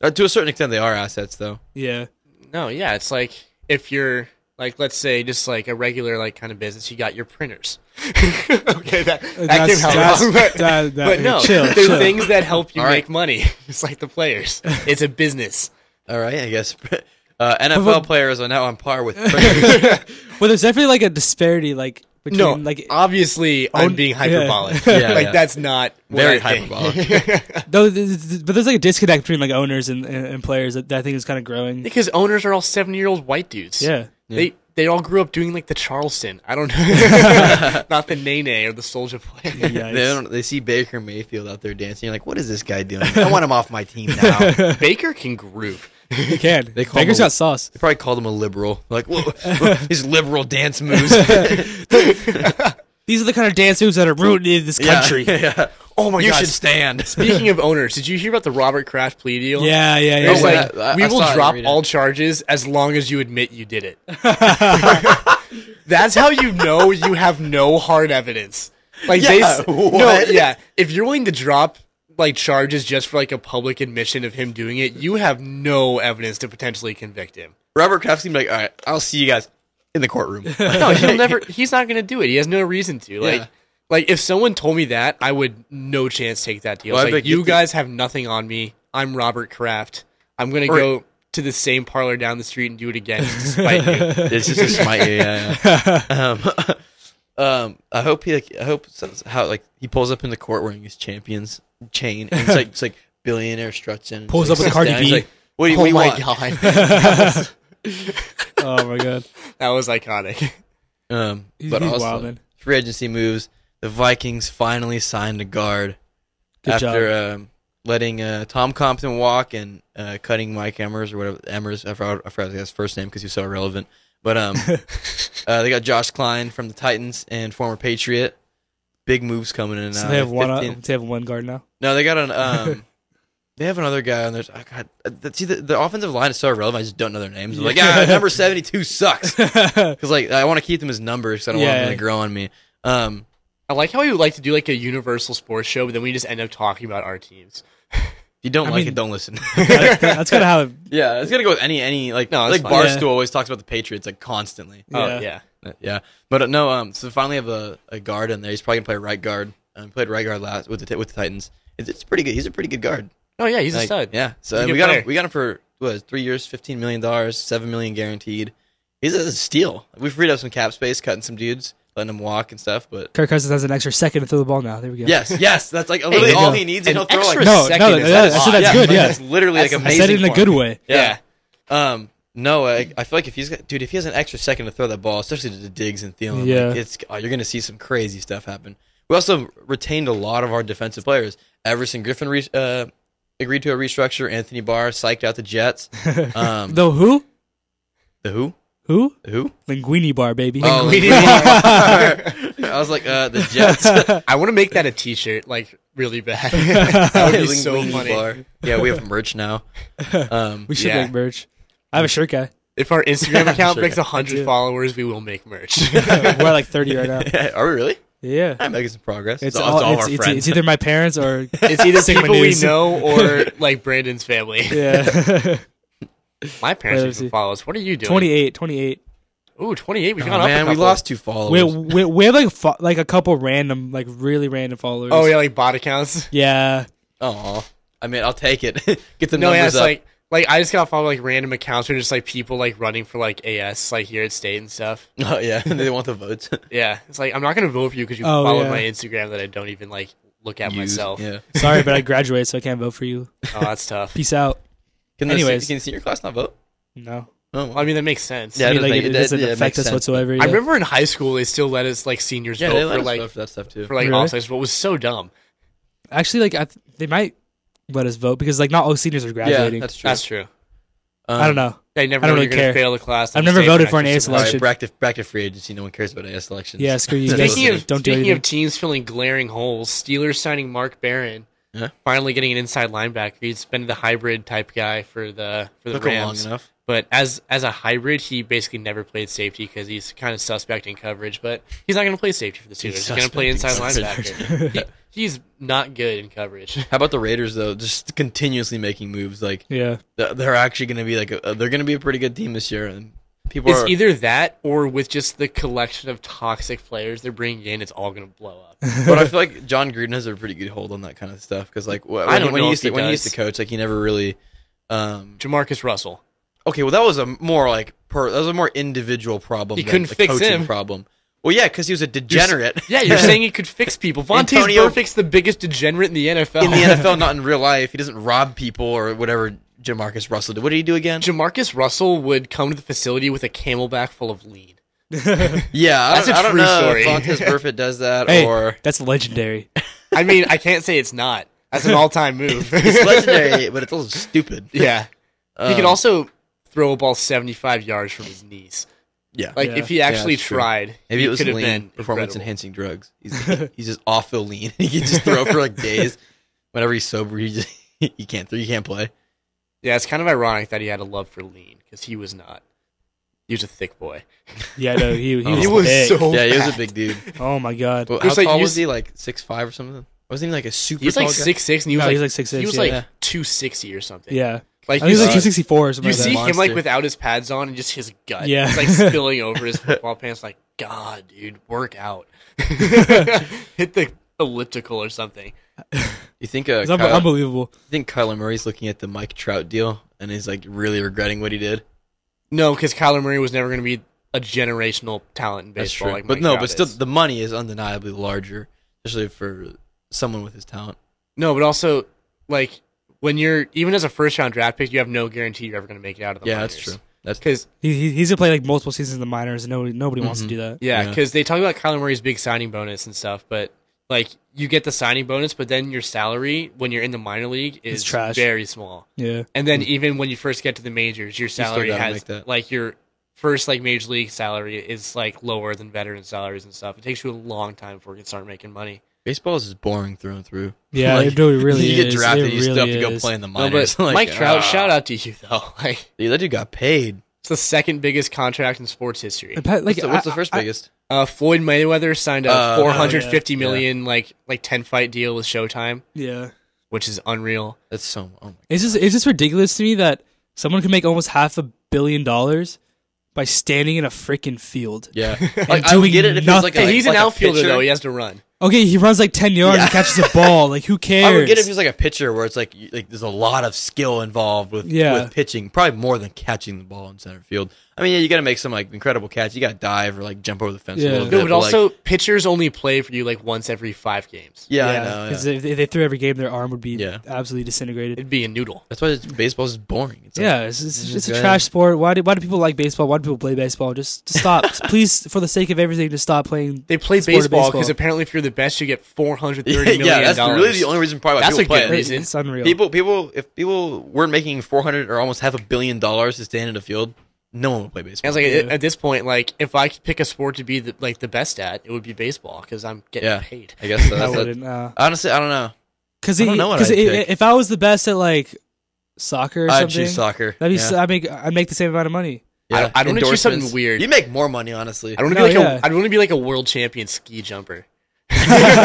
Speaker 4: Uh, to a certain extent they are assets though.
Speaker 2: Yeah,
Speaker 3: no, yeah, it's like if you're like, let's say, just like a regular like kind of business, you got your printers. okay, that, that came
Speaker 2: That's-
Speaker 3: out
Speaker 2: that's-
Speaker 3: wrong, but,
Speaker 2: that- that-
Speaker 3: but no,
Speaker 2: chill,
Speaker 3: they're
Speaker 2: chill.
Speaker 3: things that help you
Speaker 4: All right.
Speaker 3: make money. It's like the players. It's a business.
Speaker 4: All right, I guess. Uh, NFL players are now on par with
Speaker 2: but there's definitely like a disparity, like between
Speaker 3: No, uh,
Speaker 2: like
Speaker 3: like obviously, I'm
Speaker 2: own-
Speaker 3: being
Speaker 2: yeah.
Speaker 3: hyperbolic.
Speaker 4: Yeah,
Speaker 3: like
Speaker 4: yeah.
Speaker 3: that's not what I
Speaker 4: very
Speaker 3: think.
Speaker 4: hyperbolic.
Speaker 2: though, th- th- but there's like a disconnect between like owners and, and, and players that, that I think is kind of growing.
Speaker 3: because owners are all seven year old white dudes.
Speaker 2: Yeah.
Speaker 3: They they all grew up doing like the Charleston. I don't know, not the Nene or the Soldier Player.
Speaker 2: Yikes.
Speaker 4: they don't. They see Baker Mayfield out there dancing. You're like, what is this guy doing? I want him off my team now. they
Speaker 3: Baker can groove.
Speaker 2: You can.
Speaker 4: They
Speaker 2: They
Speaker 4: call
Speaker 2: Baker's
Speaker 4: them-
Speaker 2: got sauce.
Speaker 4: probably called him a liberal. Like, whoa, whoa, his liberal dance moves.
Speaker 2: These are the kind of dance moves that are rooted in this country.
Speaker 4: Yeah, yeah.
Speaker 3: Oh my
Speaker 4: You
Speaker 3: god!
Speaker 4: should stand.
Speaker 3: Speaking of owners, did you hear about the Robert Kraft plea deal?
Speaker 2: Yeah, yeah, yeah.
Speaker 3: It was
Speaker 4: Oh,
Speaker 3: like,
Speaker 4: yeah, I-
Speaker 3: we
Speaker 4: I
Speaker 3: will
Speaker 4: saw it, I
Speaker 3: drop
Speaker 4: read it.
Speaker 3: all charges as long as you admit you did it. That's how you know you have no hard evidence. Like they,
Speaker 4: Yeah,
Speaker 3: s- no,
Speaker 4: what?
Speaker 3: yeah. If you're willing to drop like charges just for like a public admission of him doing it, you have no evidence to potentially convict him.
Speaker 4: Robert Kraft seemed like, all right, I'll see you guys in the courtroom.
Speaker 3: No, he'll never. He's not going to do it. He has no reason to. Like,
Speaker 4: Yeah.
Speaker 3: like if someone told me that, I would no chance take that deal.
Speaker 4: Well,
Speaker 3: It's
Speaker 4: I'd
Speaker 3: like
Speaker 4: be like,
Speaker 3: you
Speaker 4: get the-
Speaker 3: guys have nothing on me. I'm Robert Kraft. I'm going to
Speaker 4: Or-
Speaker 3: go to the same parlor down the street and do it again, just to spite you.
Speaker 4: It's just a smite. Yeah, yeah. yeah. Um, um, I hope he like. I hope so- how like he pulls up in the court wearing his champions chain. And it's like it's like billionaire struts in. and
Speaker 2: Pulls
Speaker 4: just,
Speaker 2: up
Speaker 4: like,
Speaker 2: with Cardi
Speaker 4: sits down, he's
Speaker 2: B.
Speaker 4: like, what do you, what
Speaker 3: oh
Speaker 4: do you
Speaker 3: my
Speaker 4: want?
Speaker 3: god!
Speaker 2: Oh my god,
Speaker 3: That was iconic.
Speaker 4: Um,
Speaker 2: he's,
Speaker 4: but
Speaker 2: he's
Speaker 4: also,
Speaker 2: wild man.
Speaker 4: free agency moves. The Vikings finally signed a guard
Speaker 2: Good
Speaker 4: after
Speaker 2: job.
Speaker 4: um letting uh, Tom Compton walk and uh, cutting Mike Emmers or whatever Emmers. I forgot, I forgot his first name because he was so irrelevant. But um, uh, they got Josh Klein from the Titans and former Patriot. Big moves coming in.
Speaker 2: So
Speaker 4: now.
Speaker 2: they have one. uh,
Speaker 4: 15
Speaker 2: they have one guard now.
Speaker 4: no, they got an um. They have another guy on there. Oh, God, Uh, the- see the, the offensive line is so irrelevant. I just don't know their names. I'm like,
Speaker 2: Yeah.
Speaker 4: yeah, number seventy two sucks because like I want to keep them as numbers because I don't want
Speaker 2: Yeah.
Speaker 4: them to grow on me. Um,
Speaker 3: I like how we would like to do like a universal sports show, but then we just end up talking about our teams.
Speaker 4: if you don't
Speaker 2: I
Speaker 4: like
Speaker 2: mean-
Speaker 4: it, don't listen.
Speaker 2: that's, that's kind of how. It,
Speaker 4: yeah, it's gonna go with any any like
Speaker 3: No,
Speaker 4: like
Speaker 3: that's
Speaker 2: fine.
Speaker 4: Barstool always talks about the Patriots like constantly.
Speaker 3: Oh
Speaker 2: yeah.
Speaker 3: yeah.
Speaker 4: Uh, Yeah, but uh, no. Um, so finally have a, a guard in there. He's probably gonna play right guard. Um, played right guard last with the Ti- with the Titans. It's, it's pretty good. He's a pretty good guard.
Speaker 3: Oh yeah, he's
Speaker 4: Like,
Speaker 3: a stud.
Speaker 4: Yeah. So
Speaker 3: He's a
Speaker 4: and
Speaker 3: good
Speaker 4: we got
Speaker 3: player.
Speaker 4: him. We got him for what three years, fifteen million dollars, seven million guaranteed. He's a steal. We freed up some cap space, cutting some dudes, letting them walk and stuff. But
Speaker 2: Kirk Cousins has an extra second to throw the ball now. There we go.
Speaker 4: yes, yes, that's like literally
Speaker 2: no.
Speaker 4: all he needs, and
Speaker 3: An
Speaker 4: he'll throw like
Speaker 3: extra
Speaker 2: No,
Speaker 3: second
Speaker 2: no,
Speaker 3: is
Speaker 2: that-
Speaker 3: a
Speaker 2: I said
Speaker 3: lot.
Speaker 2: that's good,
Speaker 4: like,
Speaker 2: yeah.
Speaker 4: that's literally like
Speaker 2: I
Speaker 4: amazing.
Speaker 2: said it in a
Speaker 4: for
Speaker 2: good
Speaker 4: him.
Speaker 2: way.
Speaker 4: Yeah. Um. No, I, I feel like if he's got, dude, if he has an extra second to throw that ball, especially to the Diggs and Thielen,
Speaker 2: Yeah.
Speaker 4: like it's oh, you're gonna see some crazy stuff happen. We also retained a lot of our defensive players. Everson Griffin re- uh, agreed to a restructure. Anthony Barr psyched out the Jets. Um,
Speaker 2: Though who?
Speaker 4: The who?
Speaker 2: Who?
Speaker 4: The who?
Speaker 2: Linguini bar, baby.
Speaker 4: Oh,
Speaker 3: We
Speaker 4: the-
Speaker 3: did-
Speaker 4: I was like, uh, the Jets.
Speaker 3: I want to make that a T-shirt, like really bad. that would be so
Speaker 4: Linguini
Speaker 3: funny.
Speaker 4: bar. Yeah, we have merch now. Um,
Speaker 2: we should
Speaker 3: yeah.
Speaker 2: make merch. I have a shirt guy.
Speaker 3: If our Instagram account
Speaker 4: Sure.
Speaker 3: breaks
Speaker 2: I do.
Speaker 3: 100 followers, we will make merch.
Speaker 2: We're at like 30 right now.
Speaker 4: are we really?
Speaker 2: Yeah.
Speaker 4: I'm making some progress.
Speaker 2: It's,
Speaker 4: It's, all,
Speaker 2: all,
Speaker 4: it's all
Speaker 2: it's, e-,
Speaker 4: our
Speaker 2: it's,
Speaker 4: friends.
Speaker 2: it's either my parents or
Speaker 3: it's either
Speaker 2: Sigma
Speaker 3: people we
Speaker 2: news.
Speaker 3: know or like Brandon's family.
Speaker 2: yeah.
Speaker 3: My
Speaker 2: Wait,
Speaker 3: parents didn't
Speaker 2: let's see.
Speaker 3: follow us. What are you doing?
Speaker 2: 28, 28.
Speaker 3: Ooh, 28. We
Speaker 4: Oh,
Speaker 3: got up. a
Speaker 4: man, we
Speaker 3: couple.
Speaker 4: lost two followers.
Speaker 2: We, we, we have like fo- like a couple random, like really random followers.
Speaker 3: Oh yeah, like bot accounts.
Speaker 2: Yeah.
Speaker 4: Oh, I mean, I'll take it. Get the
Speaker 3: No, yeah,
Speaker 4: numbers
Speaker 3: it's
Speaker 4: up.
Speaker 3: like like I just got follow like random accounts where just like people like running for like AS like here at state and stuff.
Speaker 4: oh yeah, they want the votes.
Speaker 3: Yeah, it's like I'm not gonna vote for you because you
Speaker 2: Oh,
Speaker 3: followed
Speaker 2: yeah.
Speaker 3: my Instagram that I don't even like look at
Speaker 4: Use-
Speaker 3: myself.
Speaker 4: Yeah.
Speaker 2: Sorry, but I graduated, so I can't vote for you.
Speaker 3: Oh, that's tough.
Speaker 2: Peace out.
Speaker 4: Can the,
Speaker 2: Anyways.
Speaker 4: Anyways, can the senior class not vote?
Speaker 2: No.
Speaker 4: Oh,
Speaker 3: Well, I mean that makes sense.
Speaker 2: I
Speaker 4: Yeah,
Speaker 2: mean,
Speaker 4: it
Speaker 2: like,
Speaker 4: make-
Speaker 2: it,
Speaker 4: that-
Speaker 2: doesn't
Speaker 4: yeah, it
Speaker 2: affect
Speaker 4: makes
Speaker 2: us
Speaker 4: sense.
Speaker 2: whatsoever. yeah.
Speaker 3: I remember in high school they still let us like seniors
Speaker 4: yeah, they
Speaker 3: vote
Speaker 4: let
Speaker 3: for
Speaker 4: us
Speaker 3: like
Speaker 4: vote for that stuff too.
Speaker 3: for like
Speaker 2: Really?
Speaker 3: all stars, but it was so dumb.
Speaker 2: Actually, like, I th- they might let us vote because, like, not all seniors are graduating.
Speaker 4: true.
Speaker 3: That's true.
Speaker 4: Um,
Speaker 2: I don't know.
Speaker 3: They never
Speaker 2: I don't
Speaker 3: know
Speaker 2: really
Speaker 3: you're gonna
Speaker 2: care.
Speaker 3: fail the class.
Speaker 2: I've
Speaker 3: They'll
Speaker 2: never
Speaker 3: save an
Speaker 2: voted for an
Speaker 3: extra
Speaker 2: AS
Speaker 3: semester.
Speaker 4: All right,
Speaker 2: Election.
Speaker 4: bracket, bracket free agency. No one cares about AS elections.
Speaker 2: Yeah, screw you
Speaker 4: That's
Speaker 2: guys.
Speaker 4: listening.
Speaker 3: Speaking of
Speaker 2: Don't do
Speaker 3: speaking
Speaker 2: anything.
Speaker 3: of teams filling glaring holes, Steelers signing Mark Barron,
Speaker 4: Yeah.
Speaker 3: finally getting an inside linebacker. He's been the hybrid type guy for the for the
Speaker 4: Took 'em long
Speaker 3: Rams,
Speaker 4: enough.
Speaker 3: but as as a hybrid, he basically never played safety because he's kind of suspect in coverage. But he's not going to play safety for the Steelers. He's, going to play inside
Speaker 4: suspect in
Speaker 3: linebacker. he, he's not good in coverage.
Speaker 4: How about the Raiders though? Just continuously making moves. Like
Speaker 2: Yeah.
Speaker 4: th- they're actually going to be like a, they're going to be a pretty good team this year, and people
Speaker 3: It's
Speaker 4: are
Speaker 3: either that or with just the collection of toxic players they're bringing in, it's all going to blow up.
Speaker 4: but I feel like John Gruden has a pretty good hold on that kind of stuff because, like, wh- when,
Speaker 3: don't
Speaker 4: when
Speaker 3: know
Speaker 4: he
Speaker 3: if
Speaker 4: used to,
Speaker 3: he
Speaker 4: when he
Speaker 3: does.
Speaker 4: used to coach, like, he never really. Um,
Speaker 3: Jamarcus Russell.
Speaker 4: okay, well, that was a more like per that was a more individual problem.
Speaker 3: He
Speaker 4: than
Speaker 3: couldn't
Speaker 4: the
Speaker 3: fix
Speaker 4: coaching
Speaker 3: him.
Speaker 4: problem. Well, yeah, because he was a degenerate.
Speaker 3: Yeah, you're saying he could fix people. Vontae
Speaker 4: Antonio-
Speaker 3: Burfict's the biggest degenerate in the NFL.
Speaker 4: in the NFL, not in real life. He doesn't rob people or whatever. Jamarcus Russell did. What did he do again?
Speaker 3: Jamarcus Russell would come to the facility with a camelback full of lead.
Speaker 4: yeah,
Speaker 3: That's
Speaker 4: I
Speaker 3: a
Speaker 4: don't, I don't
Speaker 3: true
Speaker 4: know
Speaker 3: story.
Speaker 4: if Vontaze Burfitt does that
Speaker 2: Hey,
Speaker 4: or
Speaker 2: that's legendary.
Speaker 3: I mean, I can't say it's not. That's an all-time move.
Speaker 4: it's legendary, but it's also stupid.
Speaker 3: yeah. he could
Speaker 4: Um,
Speaker 3: also throw a ball 75 yards from his knees.
Speaker 4: yeah.
Speaker 3: Like
Speaker 2: Yeah.
Speaker 3: if he actually
Speaker 4: that's true.
Speaker 3: tried,
Speaker 4: Maybe
Speaker 3: he
Speaker 4: it was
Speaker 3: could have
Speaker 4: lean
Speaker 3: been
Speaker 4: performance
Speaker 3: incredible.
Speaker 4: enhancing drugs. He's he's just off the lean. he can just throw for like days. Whenever he's sober, he just he can't throw. He can't play.
Speaker 3: Yeah, it's kind of ironic that he had a love for lean because he was not. He was a thick boy.
Speaker 2: Yeah, no, he, he
Speaker 4: Oh.
Speaker 2: was,
Speaker 4: He
Speaker 2: big.
Speaker 3: so
Speaker 4: yeah, he was a
Speaker 3: fat.
Speaker 4: big dude.
Speaker 2: Oh my god.
Speaker 4: Well,
Speaker 3: He
Speaker 4: how
Speaker 3: was like-
Speaker 4: tall
Speaker 3: he
Speaker 4: was,
Speaker 3: was-
Speaker 4: he? Like six five or something? Wasn't he like a super?
Speaker 3: He was like
Speaker 4: tall guy?
Speaker 3: six six, and he was
Speaker 2: No,
Speaker 3: like
Speaker 2: he was like 6'6",
Speaker 3: He was
Speaker 2: yeah.
Speaker 3: like
Speaker 4: Yeah.
Speaker 3: two sixty or something.
Speaker 2: Yeah.
Speaker 3: like
Speaker 2: I think it was like
Speaker 4: Uh,
Speaker 2: 264 or something
Speaker 3: you
Speaker 2: like
Speaker 3: see
Speaker 2: that.
Speaker 3: him like
Speaker 4: Monster.
Speaker 3: without his pads on and just his gut.
Speaker 2: Yeah.
Speaker 3: it's like spilling over his football pants. Like God, dude, work out. Hit the elliptical or something.
Speaker 4: You think uh,
Speaker 2: It's unbe-
Speaker 4: Kyle,
Speaker 2: unbelievable.
Speaker 4: you think Kyler Murray's looking at the Mike Trout deal and he's like really regretting what he did?
Speaker 3: No, because Kyler Murray was never going to be a generational talent in
Speaker 4: That's
Speaker 3: baseball.
Speaker 4: true.
Speaker 3: Like
Speaker 4: but
Speaker 3: Mike
Speaker 4: no,
Speaker 3: Trout
Speaker 4: but still,
Speaker 3: is.
Speaker 4: the money is undeniably larger, especially for someone with his talent.
Speaker 3: no, but also like when you're even as a first round draft pick, you have no guarantee you're ever going to make it out of the
Speaker 4: yeah,
Speaker 3: minors.
Speaker 4: that's true. That's
Speaker 3: Because
Speaker 2: He, he, he's gonna play like multiple seasons in the minors, and nobody nobody wants to do that.
Speaker 3: yeah,
Speaker 4: Mm-hmm. Yeah.
Speaker 3: because they talk about Kyler Murray's big signing bonus and stuff, but like you get the signing bonus, but then your salary when you're in the minor league is
Speaker 2: trash.
Speaker 3: very small.
Speaker 2: Yeah,
Speaker 3: And then even when you first get to the majors, your
Speaker 4: Hmm. still
Speaker 3: salary
Speaker 4: gotta
Speaker 3: has
Speaker 4: make that.
Speaker 3: like your first like major league salary is like lower than veteran salaries and stuff. It takes you a long time before you can start making money.
Speaker 4: baseball is just boring through and through.
Speaker 2: Yeah, it really- really
Speaker 4: You get
Speaker 2: is.
Speaker 4: drafted,
Speaker 2: It
Speaker 4: you still have
Speaker 2: really
Speaker 4: to go
Speaker 2: is.
Speaker 4: play in the
Speaker 3: No,
Speaker 4: minors.
Speaker 3: but
Speaker 4: Like,
Speaker 3: Mike Trout,
Speaker 4: ah.
Speaker 3: shout out to you though. Like
Speaker 4: Dude, that dude got paid.
Speaker 3: it's the second biggest contract in sports history.
Speaker 2: And Pat- like
Speaker 4: What's the, what's the
Speaker 2: I-
Speaker 4: first biggest?
Speaker 3: Uh, Floyd Mayweather signed a
Speaker 4: Uh,
Speaker 3: four hundred fifty
Speaker 4: yeah.
Speaker 3: million like like ten fight deal with Showtime,
Speaker 2: I- yeah,
Speaker 3: which is unreal.
Speaker 4: That's so. Oh my God.
Speaker 2: it's just it's just ridiculous to me that someone can make almost half a billion dollars by standing in a freaking field.
Speaker 4: Yeah,
Speaker 2: And
Speaker 4: like I would
Speaker 2: doing
Speaker 4: get it if it's like a,
Speaker 2: nothing.
Speaker 4: like,
Speaker 3: he's
Speaker 4: like
Speaker 3: an
Speaker 4: a
Speaker 3: outfielder
Speaker 4: pitcher.
Speaker 3: though; he has to run.
Speaker 2: Okay, he runs like ten yards and
Speaker 4: Yeah.
Speaker 2: catches a ball. Like who cares?
Speaker 4: I would get it if he's like a pitcher, where it's like you- like there's a lot of skill involved with
Speaker 2: Yeah.
Speaker 4: with pitching, probably more than catching the ball in center field. I mean, yeah, you got to make some like incredible catch. You got to dive or like jump over the fence
Speaker 2: Yeah.
Speaker 4: a little
Speaker 2: No,
Speaker 4: bit.
Speaker 3: No, but also
Speaker 4: like,
Speaker 3: pitchers only play for you like once every five games.
Speaker 4: yeah, I know.
Speaker 2: Because
Speaker 4: yeah.
Speaker 2: if, if they threw every game, their arm would be
Speaker 4: Yeah.
Speaker 2: absolutely disintegrated.
Speaker 3: It'd be a noodle.
Speaker 4: That's why it's, baseball is boring. It's like,
Speaker 2: yeah, it's, it's,
Speaker 4: just
Speaker 2: it's a
Speaker 4: go
Speaker 2: trash sport. Why do why do people like baseball? Why do people play baseball? Just, just stop, please, for the sake of everything, just stop playing.
Speaker 3: They play
Speaker 2: Sport of
Speaker 3: baseball because
Speaker 2: baseball.
Speaker 3: apparently, if you're the best, you get four hundred
Speaker 4: yeah,
Speaker 3: thirty million
Speaker 4: that's
Speaker 3: dollars.
Speaker 4: really the only reason probably why
Speaker 3: That's a
Speaker 4: people play
Speaker 3: good
Speaker 4: it.
Speaker 2: It's,
Speaker 3: reason.
Speaker 2: it's unreal.
Speaker 4: People, people, if people were making four hundred or almost half a billion dollars to stand in a field, no one would play
Speaker 3: I
Speaker 4: baseball.
Speaker 3: was like, at- at this point, like if I could pick a sport to be the, like the best at, it would be baseball because I'm getting
Speaker 4: Yeah.
Speaker 3: paid.
Speaker 4: I guess so.
Speaker 2: I
Speaker 4: That's it.
Speaker 2: wouldn't. Uh,
Speaker 4: Honestly, I don't know.
Speaker 2: Because
Speaker 4: I don't know what I'd pick.
Speaker 2: if I was the best at like soccer or
Speaker 4: I'd
Speaker 2: something,
Speaker 4: choose soccer.
Speaker 2: that'd be
Speaker 4: Yeah.
Speaker 2: s- I'd make I'd make the same amount of money.
Speaker 3: I don't- I don't wanna choose something
Speaker 4: Endorsements.
Speaker 3: weird.
Speaker 4: You make more money, honestly.
Speaker 3: I don't want to
Speaker 2: No,
Speaker 3: be like
Speaker 2: yeah.
Speaker 3: a. I don't want to be like a world champion ski jumper.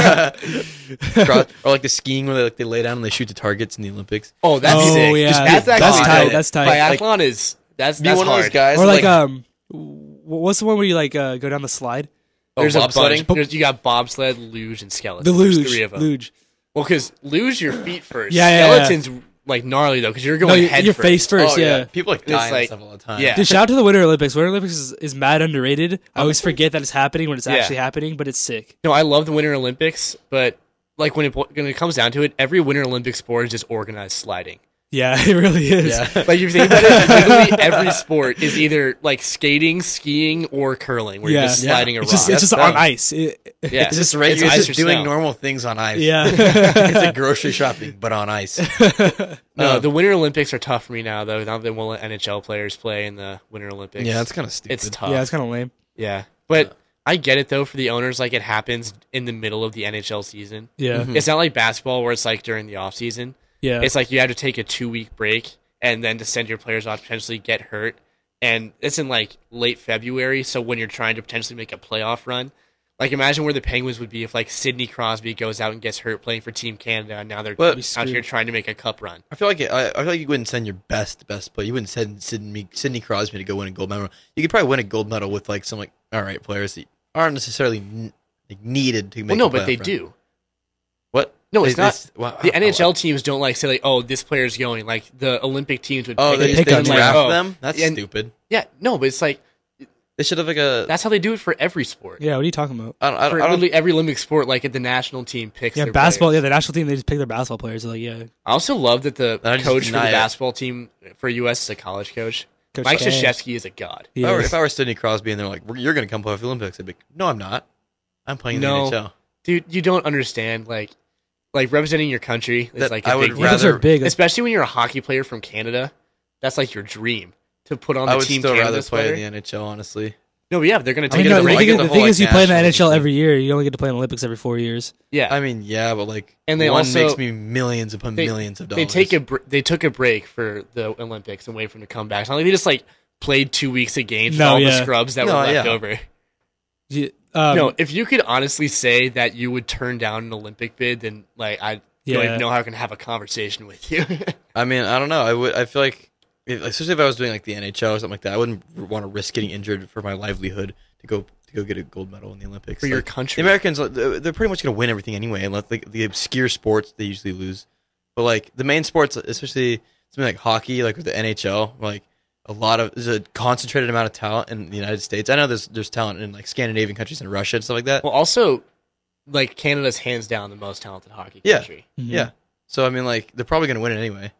Speaker 4: Cross- or like the skiing where they, like, they lay down and they shoot the targets in the Olympics.
Speaker 3: Oh, that's
Speaker 2: Oh,
Speaker 3: sick.
Speaker 2: yeah. Just
Speaker 3: that's
Speaker 4: be
Speaker 3: actually
Speaker 4: gone.
Speaker 3: tight.
Speaker 4: That's tight,
Speaker 2: that's tight.
Speaker 3: Biathlon is that's
Speaker 4: Be
Speaker 3: that's
Speaker 4: one
Speaker 3: hard.
Speaker 4: of those guys.
Speaker 2: or
Speaker 4: that,
Speaker 2: like, um, wh- what's the one where you like uh, go down the slide?
Speaker 4: oh,
Speaker 3: There's a bunch.
Speaker 4: bobsledding?
Speaker 3: There's, you got bobsled, luge, and skeleton.
Speaker 2: The luge,
Speaker 3: There's three of them.
Speaker 2: luge.
Speaker 3: Well, because luge your feet first.
Speaker 2: Yeah, yeah, yeah.
Speaker 3: Skeletons like gnarly though, because you're
Speaker 2: No,
Speaker 3: going
Speaker 2: your,
Speaker 3: head
Speaker 2: your
Speaker 3: first.
Speaker 2: face first.
Speaker 4: Oh,
Speaker 2: yeah.
Speaker 4: People like
Speaker 3: It's
Speaker 4: die and
Speaker 3: like-
Speaker 4: stuff all the time.
Speaker 3: yeah.
Speaker 2: Dude, shout out to the Winter Olympics. Winter Olympics is, is mad underrated. I always forget that it's happening when it's
Speaker 3: Yeah.
Speaker 2: actually happening, but it's sick.
Speaker 3: No, I love the Winter Olympics, but like when it when it comes down to it, every Winter Olympic sport is just organized sliding.
Speaker 2: Yeah, it really is.
Speaker 4: Yeah.
Speaker 3: Like if you think about it, literally every sport is either like skating, skiing, or curling, where
Speaker 2: Yeah.
Speaker 3: you're just sliding
Speaker 2: It's
Speaker 3: around.
Speaker 2: just it's just
Speaker 4: That's
Speaker 2: on
Speaker 4: dumb.
Speaker 2: ice. It-
Speaker 3: yeah,
Speaker 4: It's just regular. It's,
Speaker 3: ice
Speaker 4: just
Speaker 3: or
Speaker 4: doing
Speaker 3: snow.
Speaker 4: normal things on ice.
Speaker 2: yeah.
Speaker 4: it's like grocery shopping, but on ice.
Speaker 3: No, Uh, the Winter Olympics are tough for me now, though. Now they won't let NHL players play in the Winter Olympics.
Speaker 4: yeah, that's kind of stupid.
Speaker 3: it's tough.
Speaker 2: yeah, it's kind of lame.
Speaker 3: Yeah. But I get it though for the owners, like it happens in the middle of the NHL season.
Speaker 2: Yeah.
Speaker 4: Mm-hmm.
Speaker 3: It's not like basketball where it's like during the off season.
Speaker 2: Yeah.
Speaker 3: It's like you have to take a two week break and then to send your players off potentially get hurt. And it's in like late February, so when you're trying to potentially make a playoff run. Like imagine where the Penguins would be if like Sidney Crosby goes out and gets hurt playing for Team Canada and now they're
Speaker 4: But-
Speaker 3: out here trying to make a cup run.
Speaker 4: I feel like it, I, I feel like you wouldn't send your best best player. You wouldn't send Sidney Sidney Crosby to go win a gold medal. You could probably win a gold medal with like some like all right players that aren't necessarily n- like needed to make.
Speaker 3: Well no,
Speaker 4: a
Speaker 3: but they
Speaker 4: playoff run.
Speaker 3: do.
Speaker 4: What?
Speaker 3: No, it's
Speaker 4: They- they
Speaker 3: not.
Speaker 4: s- oh, wow,
Speaker 3: The
Speaker 4: I- I-
Speaker 3: NHL teams don't like say like, "Oh, this player's going." Like the Olympic teams would.
Speaker 4: Oh,
Speaker 3: pick
Speaker 4: they,
Speaker 3: it
Speaker 4: just
Speaker 2: pick
Speaker 4: they
Speaker 2: on
Speaker 3: and, like,
Speaker 4: draft
Speaker 3: oh,
Speaker 4: them. That's
Speaker 3: and-
Speaker 4: stupid.
Speaker 3: Yeah, no, but it's like
Speaker 4: They should have like a.
Speaker 3: that's how they do it for every sport.
Speaker 2: yeah, what are you talking about?
Speaker 4: I don't. I
Speaker 3: For
Speaker 4: don't, I don't
Speaker 3: literally every Olympic sport, like at the national team picks.
Speaker 2: Yeah,
Speaker 3: their
Speaker 2: basketball.
Speaker 3: players.
Speaker 2: Yeah, the national team they just pick their basketball players. They're like, yeah,
Speaker 3: I also love that the
Speaker 4: I just
Speaker 3: coach for the
Speaker 4: deny it.
Speaker 3: basketball team for US is a college coach.
Speaker 2: Coach
Speaker 3: Mike
Speaker 2: K.
Speaker 3: Krzyzewski is a god.
Speaker 4: if, I were,
Speaker 2: yeah.
Speaker 4: if I were Sidney Crosby and they're like, "We're- "You're going to come play for the Olympics," I'd be, like, "No, I'm not. I'm playing in
Speaker 3: No.
Speaker 4: the NHL."
Speaker 3: Dude, you don't understand like like representing your country is
Speaker 4: That
Speaker 3: like
Speaker 4: I
Speaker 3: a
Speaker 4: would
Speaker 3: big
Speaker 2: Yeah, those are
Speaker 4: rather-
Speaker 2: big. That's-
Speaker 3: especially when you're a hockey player from Canada. That's like your dream to put on the
Speaker 4: I would
Speaker 3: team
Speaker 4: still
Speaker 3: Canada
Speaker 4: rather play
Speaker 3: sweater.
Speaker 4: in the NHL, honestly.
Speaker 3: No, but yeah, they're going to
Speaker 2: I
Speaker 3: take
Speaker 2: mean,
Speaker 3: it.
Speaker 2: no,
Speaker 3: to
Speaker 4: get the
Speaker 2: the
Speaker 4: ring.
Speaker 2: thing,
Speaker 4: I
Speaker 2: is,
Speaker 4: get
Speaker 2: the
Speaker 4: the
Speaker 2: thing
Speaker 4: whole,
Speaker 2: is you
Speaker 4: like,
Speaker 2: play in the
Speaker 4: national
Speaker 2: NHL
Speaker 4: team.
Speaker 2: every year. You only get to play in the Olympics every four years.
Speaker 3: yeah.
Speaker 4: I mean, yeah, but like,
Speaker 3: And they
Speaker 4: one
Speaker 3: also-
Speaker 4: makes me millions upon millions of
Speaker 3: They
Speaker 4: dollars.
Speaker 3: take a br- they took a break for the Olympics and waited for them to come back. It's not like they just like played two weeks of games with
Speaker 2: No,
Speaker 3: all
Speaker 2: yeah.
Speaker 3: the scrubs that
Speaker 4: No,
Speaker 3: were left
Speaker 4: yeah.
Speaker 3: over.
Speaker 2: You- um,
Speaker 3: no, if you could honestly say that you would turn down an Olympic bid, then like I don't
Speaker 2: Yeah.
Speaker 3: even know how I can have a conversation with you.
Speaker 4: I mean, I don't know. I would. I feel like, if, especially if I was doing like the NHL or something like that, I wouldn't r- want to risk getting injured for my livelihood to go to go get a gold medal in the Olympics
Speaker 3: For your
Speaker 4: Like,
Speaker 3: country.
Speaker 4: The Americans, like, they're they're pretty much going to win everything anyway. Unless like the obscure sports, they usually lose. But like the main sports, especially something like hockey, like with the NHL, like a lot of there's a concentrated amount of talent in the United States. I know there's there's talent in like Scandinavian countries and Russia and stuff like that.
Speaker 3: well, also, like Canada's hands down the most talented hockey
Speaker 4: Yeah.
Speaker 3: country.
Speaker 2: Mm-hmm.
Speaker 4: yeah. So I mean, like they're probably going to win it anyway.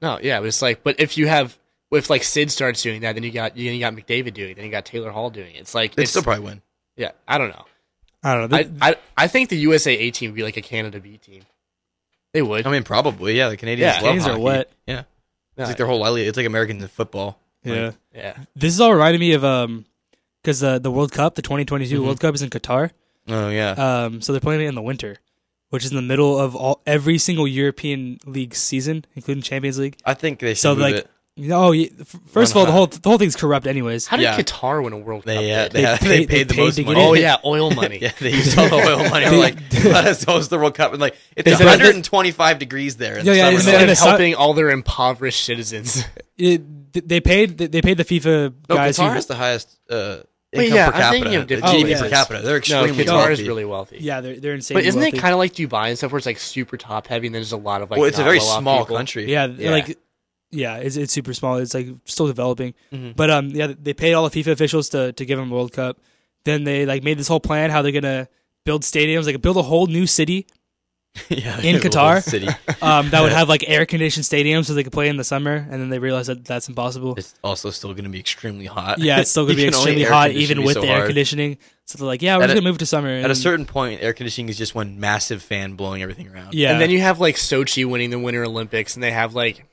Speaker 3: No, yeah, but it's like, but if you have if like Sid starts doing that, then you got you got McDavid doing it, then you got Taylor Hall doing it. It's like
Speaker 4: They'd
Speaker 3: it's
Speaker 4: still probably win.
Speaker 3: yeah. I don't know.
Speaker 2: I don't know.
Speaker 3: I, I I think the USA A team would be like a Canada B team. They would.
Speaker 4: I mean, probably. Yeah, the Canadians
Speaker 3: Yeah,
Speaker 4: love
Speaker 2: Canadians are
Speaker 4: hockey.
Speaker 2: wet.
Speaker 4: Yeah,
Speaker 3: Yeah.
Speaker 4: it's like their whole livelihood. It's like Americans in football.
Speaker 2: yeah.
Speaker 3: yeah.
Speaker 2: This is all reminding me of um, because the the World Cup, the 2022
Speaker 4: Mhm.
Speaker 2: World Cup is in Qatar.
Speaker 4: Oh yeah.
Speaker 2: Um, so they're playing it in the winter, which is in the middle of all every single European league season, including Champions League.
Speaker 4: I think they should
Speaker 2: So
Speaker 4: move
Speaker 2: like,
Speaker 4: it.
Speaker 2: oh, yeah, f- first of all, the whole the whole thing's corrupt, anyways.
Speaker 3: How did
Speaker 4: Yeah.
Speaker 3: Qatar win a World Cup?
Speaker 4: They, uh,
Speaker 3: bid?
Speaker 4: they,
Speaker 2: They
Speaker 4: they,
Speaker 2: paid-
Speaker 4: paid, the
Speaker 2: they paid
Speaker 4: most
Speaker 2: to get
Speaker 4: money.
Speaker 2: in.
Speaker 3: oh yeah, oil money.
Speaker 4: Yeah, they used all the oil money. We're like, let us host the World Cup. And like, it's
Speaker 3: They said-
Speaker 4: 125 degrees there. In
Speaker 2: Yeah,
Speaker 4: the
Speaker 2: yeah,
Speaker 4: summer.
Speaker 2: it's-
Speaker 4: They're
Speaker 3: Instead
Speaker 4: like,
Speaker 2: they
Speaker 3: of
Speaker 2: saw-
Speaker 3: helping all their impoverished citizens.
Speaker 2: It, th- they paid they paid the FIFA
Speaker 4: no,
Speaker 2: guys. who-
Speaker 4: Qatar has the highest uh,
Speaker 3: Wait,
Speaker 4: income
Speaker 3: yeah,
Speaker 4: per
Speaker 3: I'm thinking
Speaker 4: capita.
Speaker 3: of
Speaker 4: The
Speaker 3: different
Speaker 4: GDP per
Speaker 2: places.
Speaker 4: capita. They're
Speaker 3: no,
Speaker 4: extremely
Speaker 3: Qatar
Speaker 4: Oh, wealthy.
Speaker 3: is really wealthy.
Speaker 2: yeah, they're they're insane.
Speaker 3: But isn't
Speaker 2: wealthy.
Speaker 3: it kind of like Dubai and stuff, where it's like super top heavy, and there's just a lot of like.
Speaker 4: well, it's a
Speaker 3: not
Speaker 4: very
Speaker 3: well-off
Speaker 4: small
Speaker 3: people?
Speaker 4: country.
Speaker 2: Yeah,
Speaker 3: Yeah.
Speaker 2: like yeah, it's it's super small. It's like still developing.
Speaker 4: Mm-hmm.
Speaker 2: But um, yeah, they paid all the FIFA officials to to give them World Cup. Then they like made this whole plan how they're gonna build stadiums, like build a whole new city
Speaker 4: yeah
Speaker 2: In
Speaker 4: it's a
Speaker 2: Qatar?
Speaker 4: little city.
Speaker 2: um, that would have like air conditioned stadiums so they could play in the summer. And then they realized that that's impossible.
Speaker 4: It's also still going to be extremely hot.
Speaker 2: Yeah, it's still gonna
Speaker 4: You
Speaker 2: be
Speaker 4: can only
Speaker 2: extremely
Speaker 4: air
Speaker 2: hot
Speaker 4: condition
Speaker 2: even
Speaker 4: me
Speaker 2: with
Speaker 4: so
Speaker 2: the air
Speaker 4: hard.
Speaker 2: conditioning. So they're like, yeah, we're
Speaker 4: At
Speaker 2: just
Speaker 4: a-
Speaker 2: gonna move to summer.
Speaker 4: At a
Speaker 2: and-
Speaker 4: certain point, air conditioning is just one massive fan blowing everything around.
Speaker 2: yeah,
Speaker 3: And then you have like Sochi winning the Winter Olympics, and they have like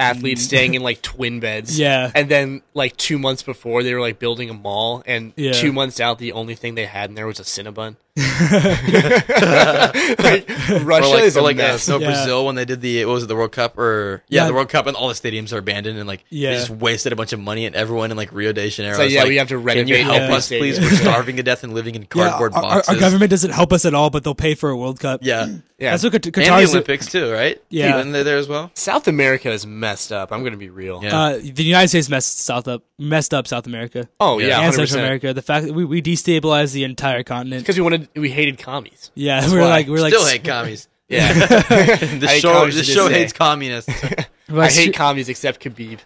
Speaker 3: athletes staying in like twin beds.
Speaker 2: Yeah.
Speaker 3: And then like two months before, they were like building a mall, and
Speaker 2: Yeah.
Speaker 3: two months out, the only thing they had in there was a Cinnabon. like, Russia
Speaker 4: Or like,
Speaker 3: is
Speaker 4: or
Speaker 3: a
Speaker 4: like uh,
Speaker 3: mess.
Speaker 4: so
Speaker 2: Yeah.
Speaker 4: Brazil when they did the what was it the World Cup or yeah,
Speaker 2: Yeah.
Speaker 4: the World Cup and all the stadiums are abandoned and like
Speaker 2: Yeah.
Speaker 4: they just wasted a bunch of money and everyone in like Rio de Janeiro.
Speaker 3: So,
Speaker 4: is
Speaker 3: yeah,
Speaker 4: like,
Speaker 3: we have to
Speaker 4: Can you
Speaker 3: renovate
Speaker 4: help
Speaker 2: every
Speaker 4: us, please?
Speaker 3: stadium."
Speaker 4: We're starving to death and living in
Speaker 2: yeah,
Speaker 4: cardboard
Speaker 2: our, our-
Speaker 4: boxes.
Speaker 2: our government doesn't help us at all, but they'll pay for a World Cup.
Speaker 4: yeah,
Speaker 3: yeah.
Speaker 2: that's what Qat-
Speaker 4: and
Speaker 2: Qatar's
Speaker 4: the Olympics too, right?
Speaker 2: Yeah.
Speaker 4: and they're there as well.
Speaker 3: South America is messed up. I'm gonna be real.
Speaker 4: Yeah.
Speaker 2: Uh, the United States messed South up, messed up South America.
Speaker 3: Oh yeah,
Speaker 2: and Central
Speaker 3: 100%.
Speaker 2: America. The fact that we, we destabilized the entire continent.
Speaker 3: Because we wanted, we hated commies.
Speaker 2: Yeah, we're
Speaker 3: why.
Speaker 2: like we're like
Speaker 4: Still hate commies. Yeah, the
Speaker 3: hate
Speaker 4: show
Speaker 3: commies
Speaker 4: the
Speaker 3: to
Speaker 4: show
Speaker 3: this
Speaker 4: hates
Speaker 3: day.
Speaker 4: communists.
Speaker 2: we're
Speaker 3: I
Speaker 2: like,
Speaker 3: hate commies except Khabib.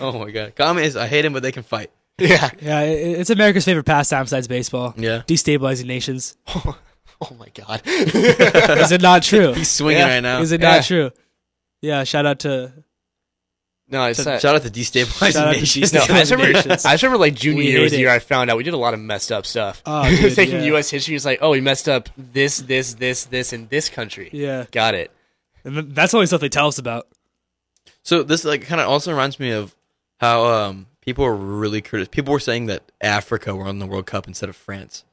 Speaker 4: oh my god, communists! I hate them, but they can fight.
Speaker 3: Yeah.
Speaker 2: yeah, it- it's America's favorite pastime besides baseball.
Speaker 4: Yeah.
Speaker 2: destabilizing nations.
Speaker 3: oh my god.
Speaker 2: Is it not true?
Speaker 4: He's swinging
Speaker 3: Yeah.
Speaker 4: right now.
Speaker 2: Is it
Speaker 3: Yeah.
Speaker 2: not true? Yeah, shout out to
Speaker 3: no, it's not.
Speaker 4: Shout out to destabilizing
Speaker 2: Shout out to
Speaker 4: nations.
Speaker 3: No, I
Speaker 2: United
Speaker 3: just remember,
Speaker 2: Nations.
Speaker 3: I just remember like junior
Speaker 2: We
Speaker 3: year was
Speaker 2: hate
Speaker 3: the
Speaker 2: it.
Speaker 3: year I found out we did a lot of messed up stuff.
Speaker 2: Oh, dude,
Speaker 3: Taking
Speaker 2: yeah.
Speaker 3: U.S. history, it's like, oh, we messed up this, this, this, this, and this country.
Speaker 2: yeah.
Speaker 3: Got it.
Speaker 2: And th- that's the only stuff they tell us about.
Speaker 4: So this like kind of also reminds me of how um, people were really critical. People were saying that Africa were on the World Cup instead of France,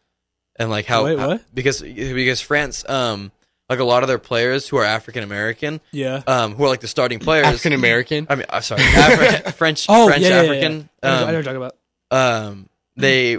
Speaker 4: and like how
Speaker 2: Wait, what?
Speaker 4: because because France um like a lot of their players who are African American
Speaker 2: Yeah.
Speaker 4: um who are like the starting players
Speaker 3: African American.
Speaker 4: I mean, I'm sorry, Afri- French
Speaker 2: Oh,
Speaker 4: French
Speaker 2: yeah, yeah, yeah,
Speaker 4: African.
Speaker 2: I know- I know
Speaker 4: um,
Speaker 2: what you're talking about.
Speaker 4: um, they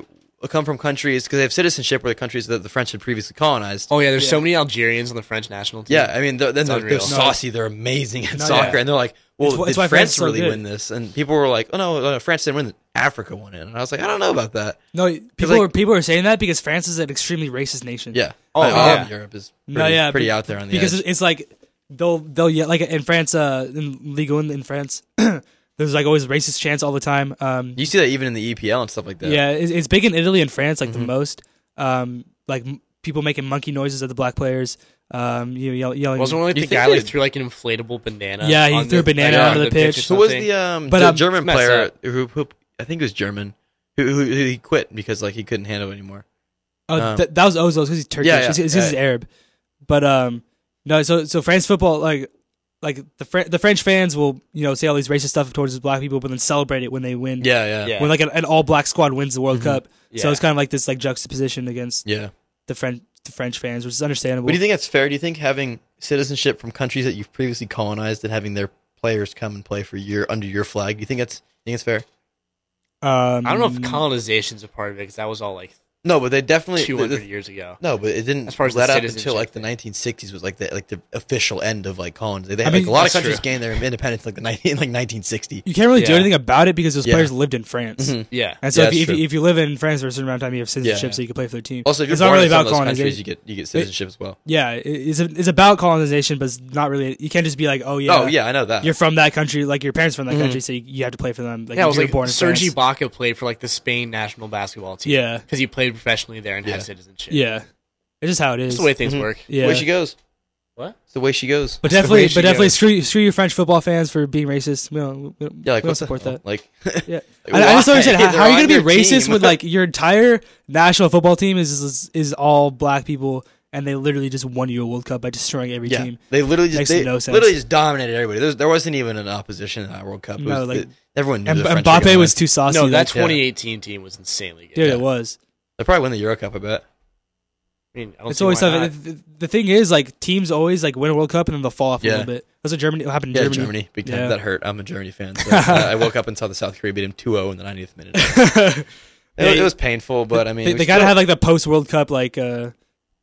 Speaker 4: come from countries because they have citizenship where the countries that the French had previously colonized.
Speaker 3: oh yeah, there's
Speaker 2: Yeah.
Speaker 3: so many Algerians on the French national team.
Speaker 4: Yeah, I mean, they're, then they're, they're
Speaker 3: unreal.
Speaker 4: saucy. They're amazing at
Speaker 2: No,
Speaker 4: soccer,
Speaker 2: yeah.
Speaker 4: and they're like, "Well,
Speaker 2: It's wh- it's
Speaker 4: did
Speaker 2: why
Speaker 4: France,
Speaker 2: France is so
Speaker 4: really
Speaker 2: good.
Speaker 4: win this?" And people were like, "Oh no, uh, France didn't win. This. Africa won it." And I was like, "I don't know about that."
Speaker 2: No, people
Speaker 4: like-
Speaker 2: are people are saying that because France is an extremely racist nation.
Speaker 4: Yeah,
Speaker 3: Oh,
Speaker 4: But all of
Speaker 3: yeah.
Speaker 4: Europe is pretty,
Speaker 2: No, yeah,
Speaker 4: pretty
Speaker 2: be-
Speaker 4: out there on the
Speaker 2: because
Speaker 4: edge.
Speaker 2: it's- it's like they'll they'll yell like in France uh in legal in, in France there's like always racist chants all the time um
Speaker 4: you see that even in the EPL and stuff like that.
Speaker 2: yeah it's, it's big in Italy and France like
Speaker 4: Mm-hmm.
Speaker 2: the most um like m- people making monkey noises at the black players um you know, yell, yelling
Speaker 3: Wasn't one like
Speaker 4: You
Speaker 3: the
Speaker 4: think
Speaker 3: guy like
Speaker 4: they-
Speaker 3: threw like an inflatable banana?
Speaker 2: Yeah, he
Speaker 3: on
Speaker 2: threw a banana
Speaker 3: like,
Speaker 4: onto
Speaker 3: on
Speaker 2: the
Speaker 3: or
Speaker 2: pitch.
Speaker 4: Who was
Speaker 3: something?
Speaker 4: the um
Speaker 2: But,
Speaker 4: the
Speaker 2: um,
Speaker 4: German
Speaker 3: it's messed
Speaker 4: player
Speaker 3: up.
Speaker 4: who, who I think it was German who, who, who he quit because like he couldn't handle it anymore.
Speaker 2: oh
Speaker 4: um,
Speaker 2: th- that was Ozil because he's Turkish
Speaker 4: yeah,
Speaker 2: it's
Speaker 4: yeah,
Speaker 2: it's 'cause he's
Speaker 4: yeah.
Speaker 2: Arab but um no so so France football like like the Fr- the French fans will you know say all these racist stuff towards black people but then celebrate it when they win
Speaker 4: Yeah, yeah,
Speaker 3: Yeah.
Speaker 2: when like an, an all black squad wins the World
Speaker 4: Mm-hmm.
Speaker 2: Cup so
Speaker 3: Yeah.
Speaker 2: it's kind of like this like juxtaposition against
Speaker 4: yeah.
Speaker 2: the French the French fans, which is understandable.
Speaker 4: But do you think that's fair? Do you think having citizenship from countries that you've previously colonized and having their players come and play for your under your flag? Do you think that's you think it's fair?
Speaker 2: um,
Speaker 3: I don't know if colonization's a part of it because that was all like
Speaker 4: No, but they definitely
Speaker 3: 200
Speaker 4: the- the-
Speaker 3: years ago.
Speaker 4: No, but it didn't
Speaker 3: As far as the
Speaker 4: let up
Speaker 3: citizenship
Speaker 4: until like the
Speaker 3: thing.
Speaker 4: 1960s was like the like the official end of like colonization. They had,
Speaker 2: I mean,
Speaker 4: like a lot of
Speaker 3: that's
Speaker 4: countries
Speaker 3: true.
Speaker 4: gained their independence like the 19, like 1960.
Speaker 2: you can't really do
Speaker 3: Yeah.
Speaker 2: anything about it because those
Speaker 4: Yeah. Mm-hmm.
Speaker 2: players lived in France,
Speaker 3: Yeah.
Speaker 2: and so
Speaker 4: Yeah,
Speaker 2: if, you, if, you,
Speaker 4: that's true.
Speaker 2: if you live in France for a certain amount of time, you have citizenship,
Speaker 4: Yeah.
Speaker 2: so you can play for their team.
Speaker 4: Also, if you're
Speaker 2: it's not
Speaker 4: born
Speaker 2: really
Speaker 4: in some
Speaker 2: about
Speaker 4: of those countries,
Speaker 2: colonization.
Speaker 4: you get you get citizenship as well.
Speaker 2: Yeah, it- it's a, it's about colonization, but it's not really. You can't just be like, oh yeah,
Speaker 4: Oh yeah, Mm-hmm. I know that.
Speaker 2: you're from that country, like your parents from that country, so you, you have to play for them. Like,
Speaker 3: Yeah,
Speaker 2: you
Speaker 3: I was
Speaker 2: were
Speaker 3: like
Speaker 2: born in
Speaker 3: Sergi
Speaker 2: France.
Speaker 3: Baca played for like the Spain national basketball team.
Speaker 2: Yeah.
Speaker 3: because he played professionally there and
Speaker 4: Yeah.
Speaker 3: has citizenship.
Speaker 2: yeah, it's just how it is.
Speaker 4: Mm-hmm.
Speaker 3: that's the way things work.
Speaker 2: yeah,
Speaker 4: Where she goes?
Speaker 3: What?
Speaker 4: It's the way she goes.
Speaker 2: But
Speaker 3: the
Speaker 2: definitely,
Speaker 3: way
Speaker 2: but
Speaker 3: she
Speaker 2: definitely,
Speaker 3: goes.
Speaker 2: screw screw your French football fans for being racist. We don't, we don't,
Speaker 4: Yeah, like
Speaker 2: we don't
Speaker 4: what the
Speaker 2: support
Speaker 4: hell?
Speaker 2: that.
Speaker 4: Like,
Speaker 2: Yeah, I, I just don't understand how,
Speaker 4: They're
Speaker 2: how are you
Speaker 4: on
Speaker 2: going to be
Speaker 4: your
Speaker 2: racist
Speaker 4: team.
Speaker 2: with like your entire national football team is is, is all black people and they literally just won you a World Cup by destroying every
Speaker 4: Yeah,
Speaker 2: team.
Speaker 4: they literally just
Speaker 2: Makes
Speaker 4: they
Speaker 2: no sense.
Speaker 4: literally just dominated everybody. There, was, there wasn't even an opposition in that World Cup. It
Speaker 2: No,
Speaker 4: was-
Speaker 2: like-
Speaker 4: it- everyone knew
Speaker 2: And
Speaker 4: the French were
Speaker 2: Mbappe
Speaker 4: gonna
Speaker 2: was
Speaker 4: win.
Speaker 2: too saucy.
Speaker 3: No,
Speaker 2: like-
Speaker 3: that
Speaker 4: yeah.
Speaker 3: 2018 team was insanely good.
Speaker 2: dude,
Speaker 4: yeah.
Speaker 2: it was.
Speaker 4: They probably win the Euro Cup. I bet.
Speaker 3: I mean, I don't
Speaker 2: It's
Speaker 3: see
Speaker 2: always
Speaker 3: why
Speaker 2: something.
Speaker 3: not.
Speaker 2: The, the thing is, like teams always like win a World Cup and then they'll fall off a
Speaker 4: Yeah.
Speaker 2: little bit. That's what Germany what happened in
Speaker 4: Yeah, Germany,
Speaker 2: Germany.
Speaker 4: big time.
Speaker 2: Yeah.
Speaker 4: That hurt. I'm a Germany fan. So uh, I, I woke up and saw the South Korea beat him 2-0 in the 90th minute. It, was- it was painful, but I mean,
Speaker 2: they,
Speaker 4: we
Speaker 2: they gotta
Speaker 4: still-
Speaker 2: have like the post World Cup like uh,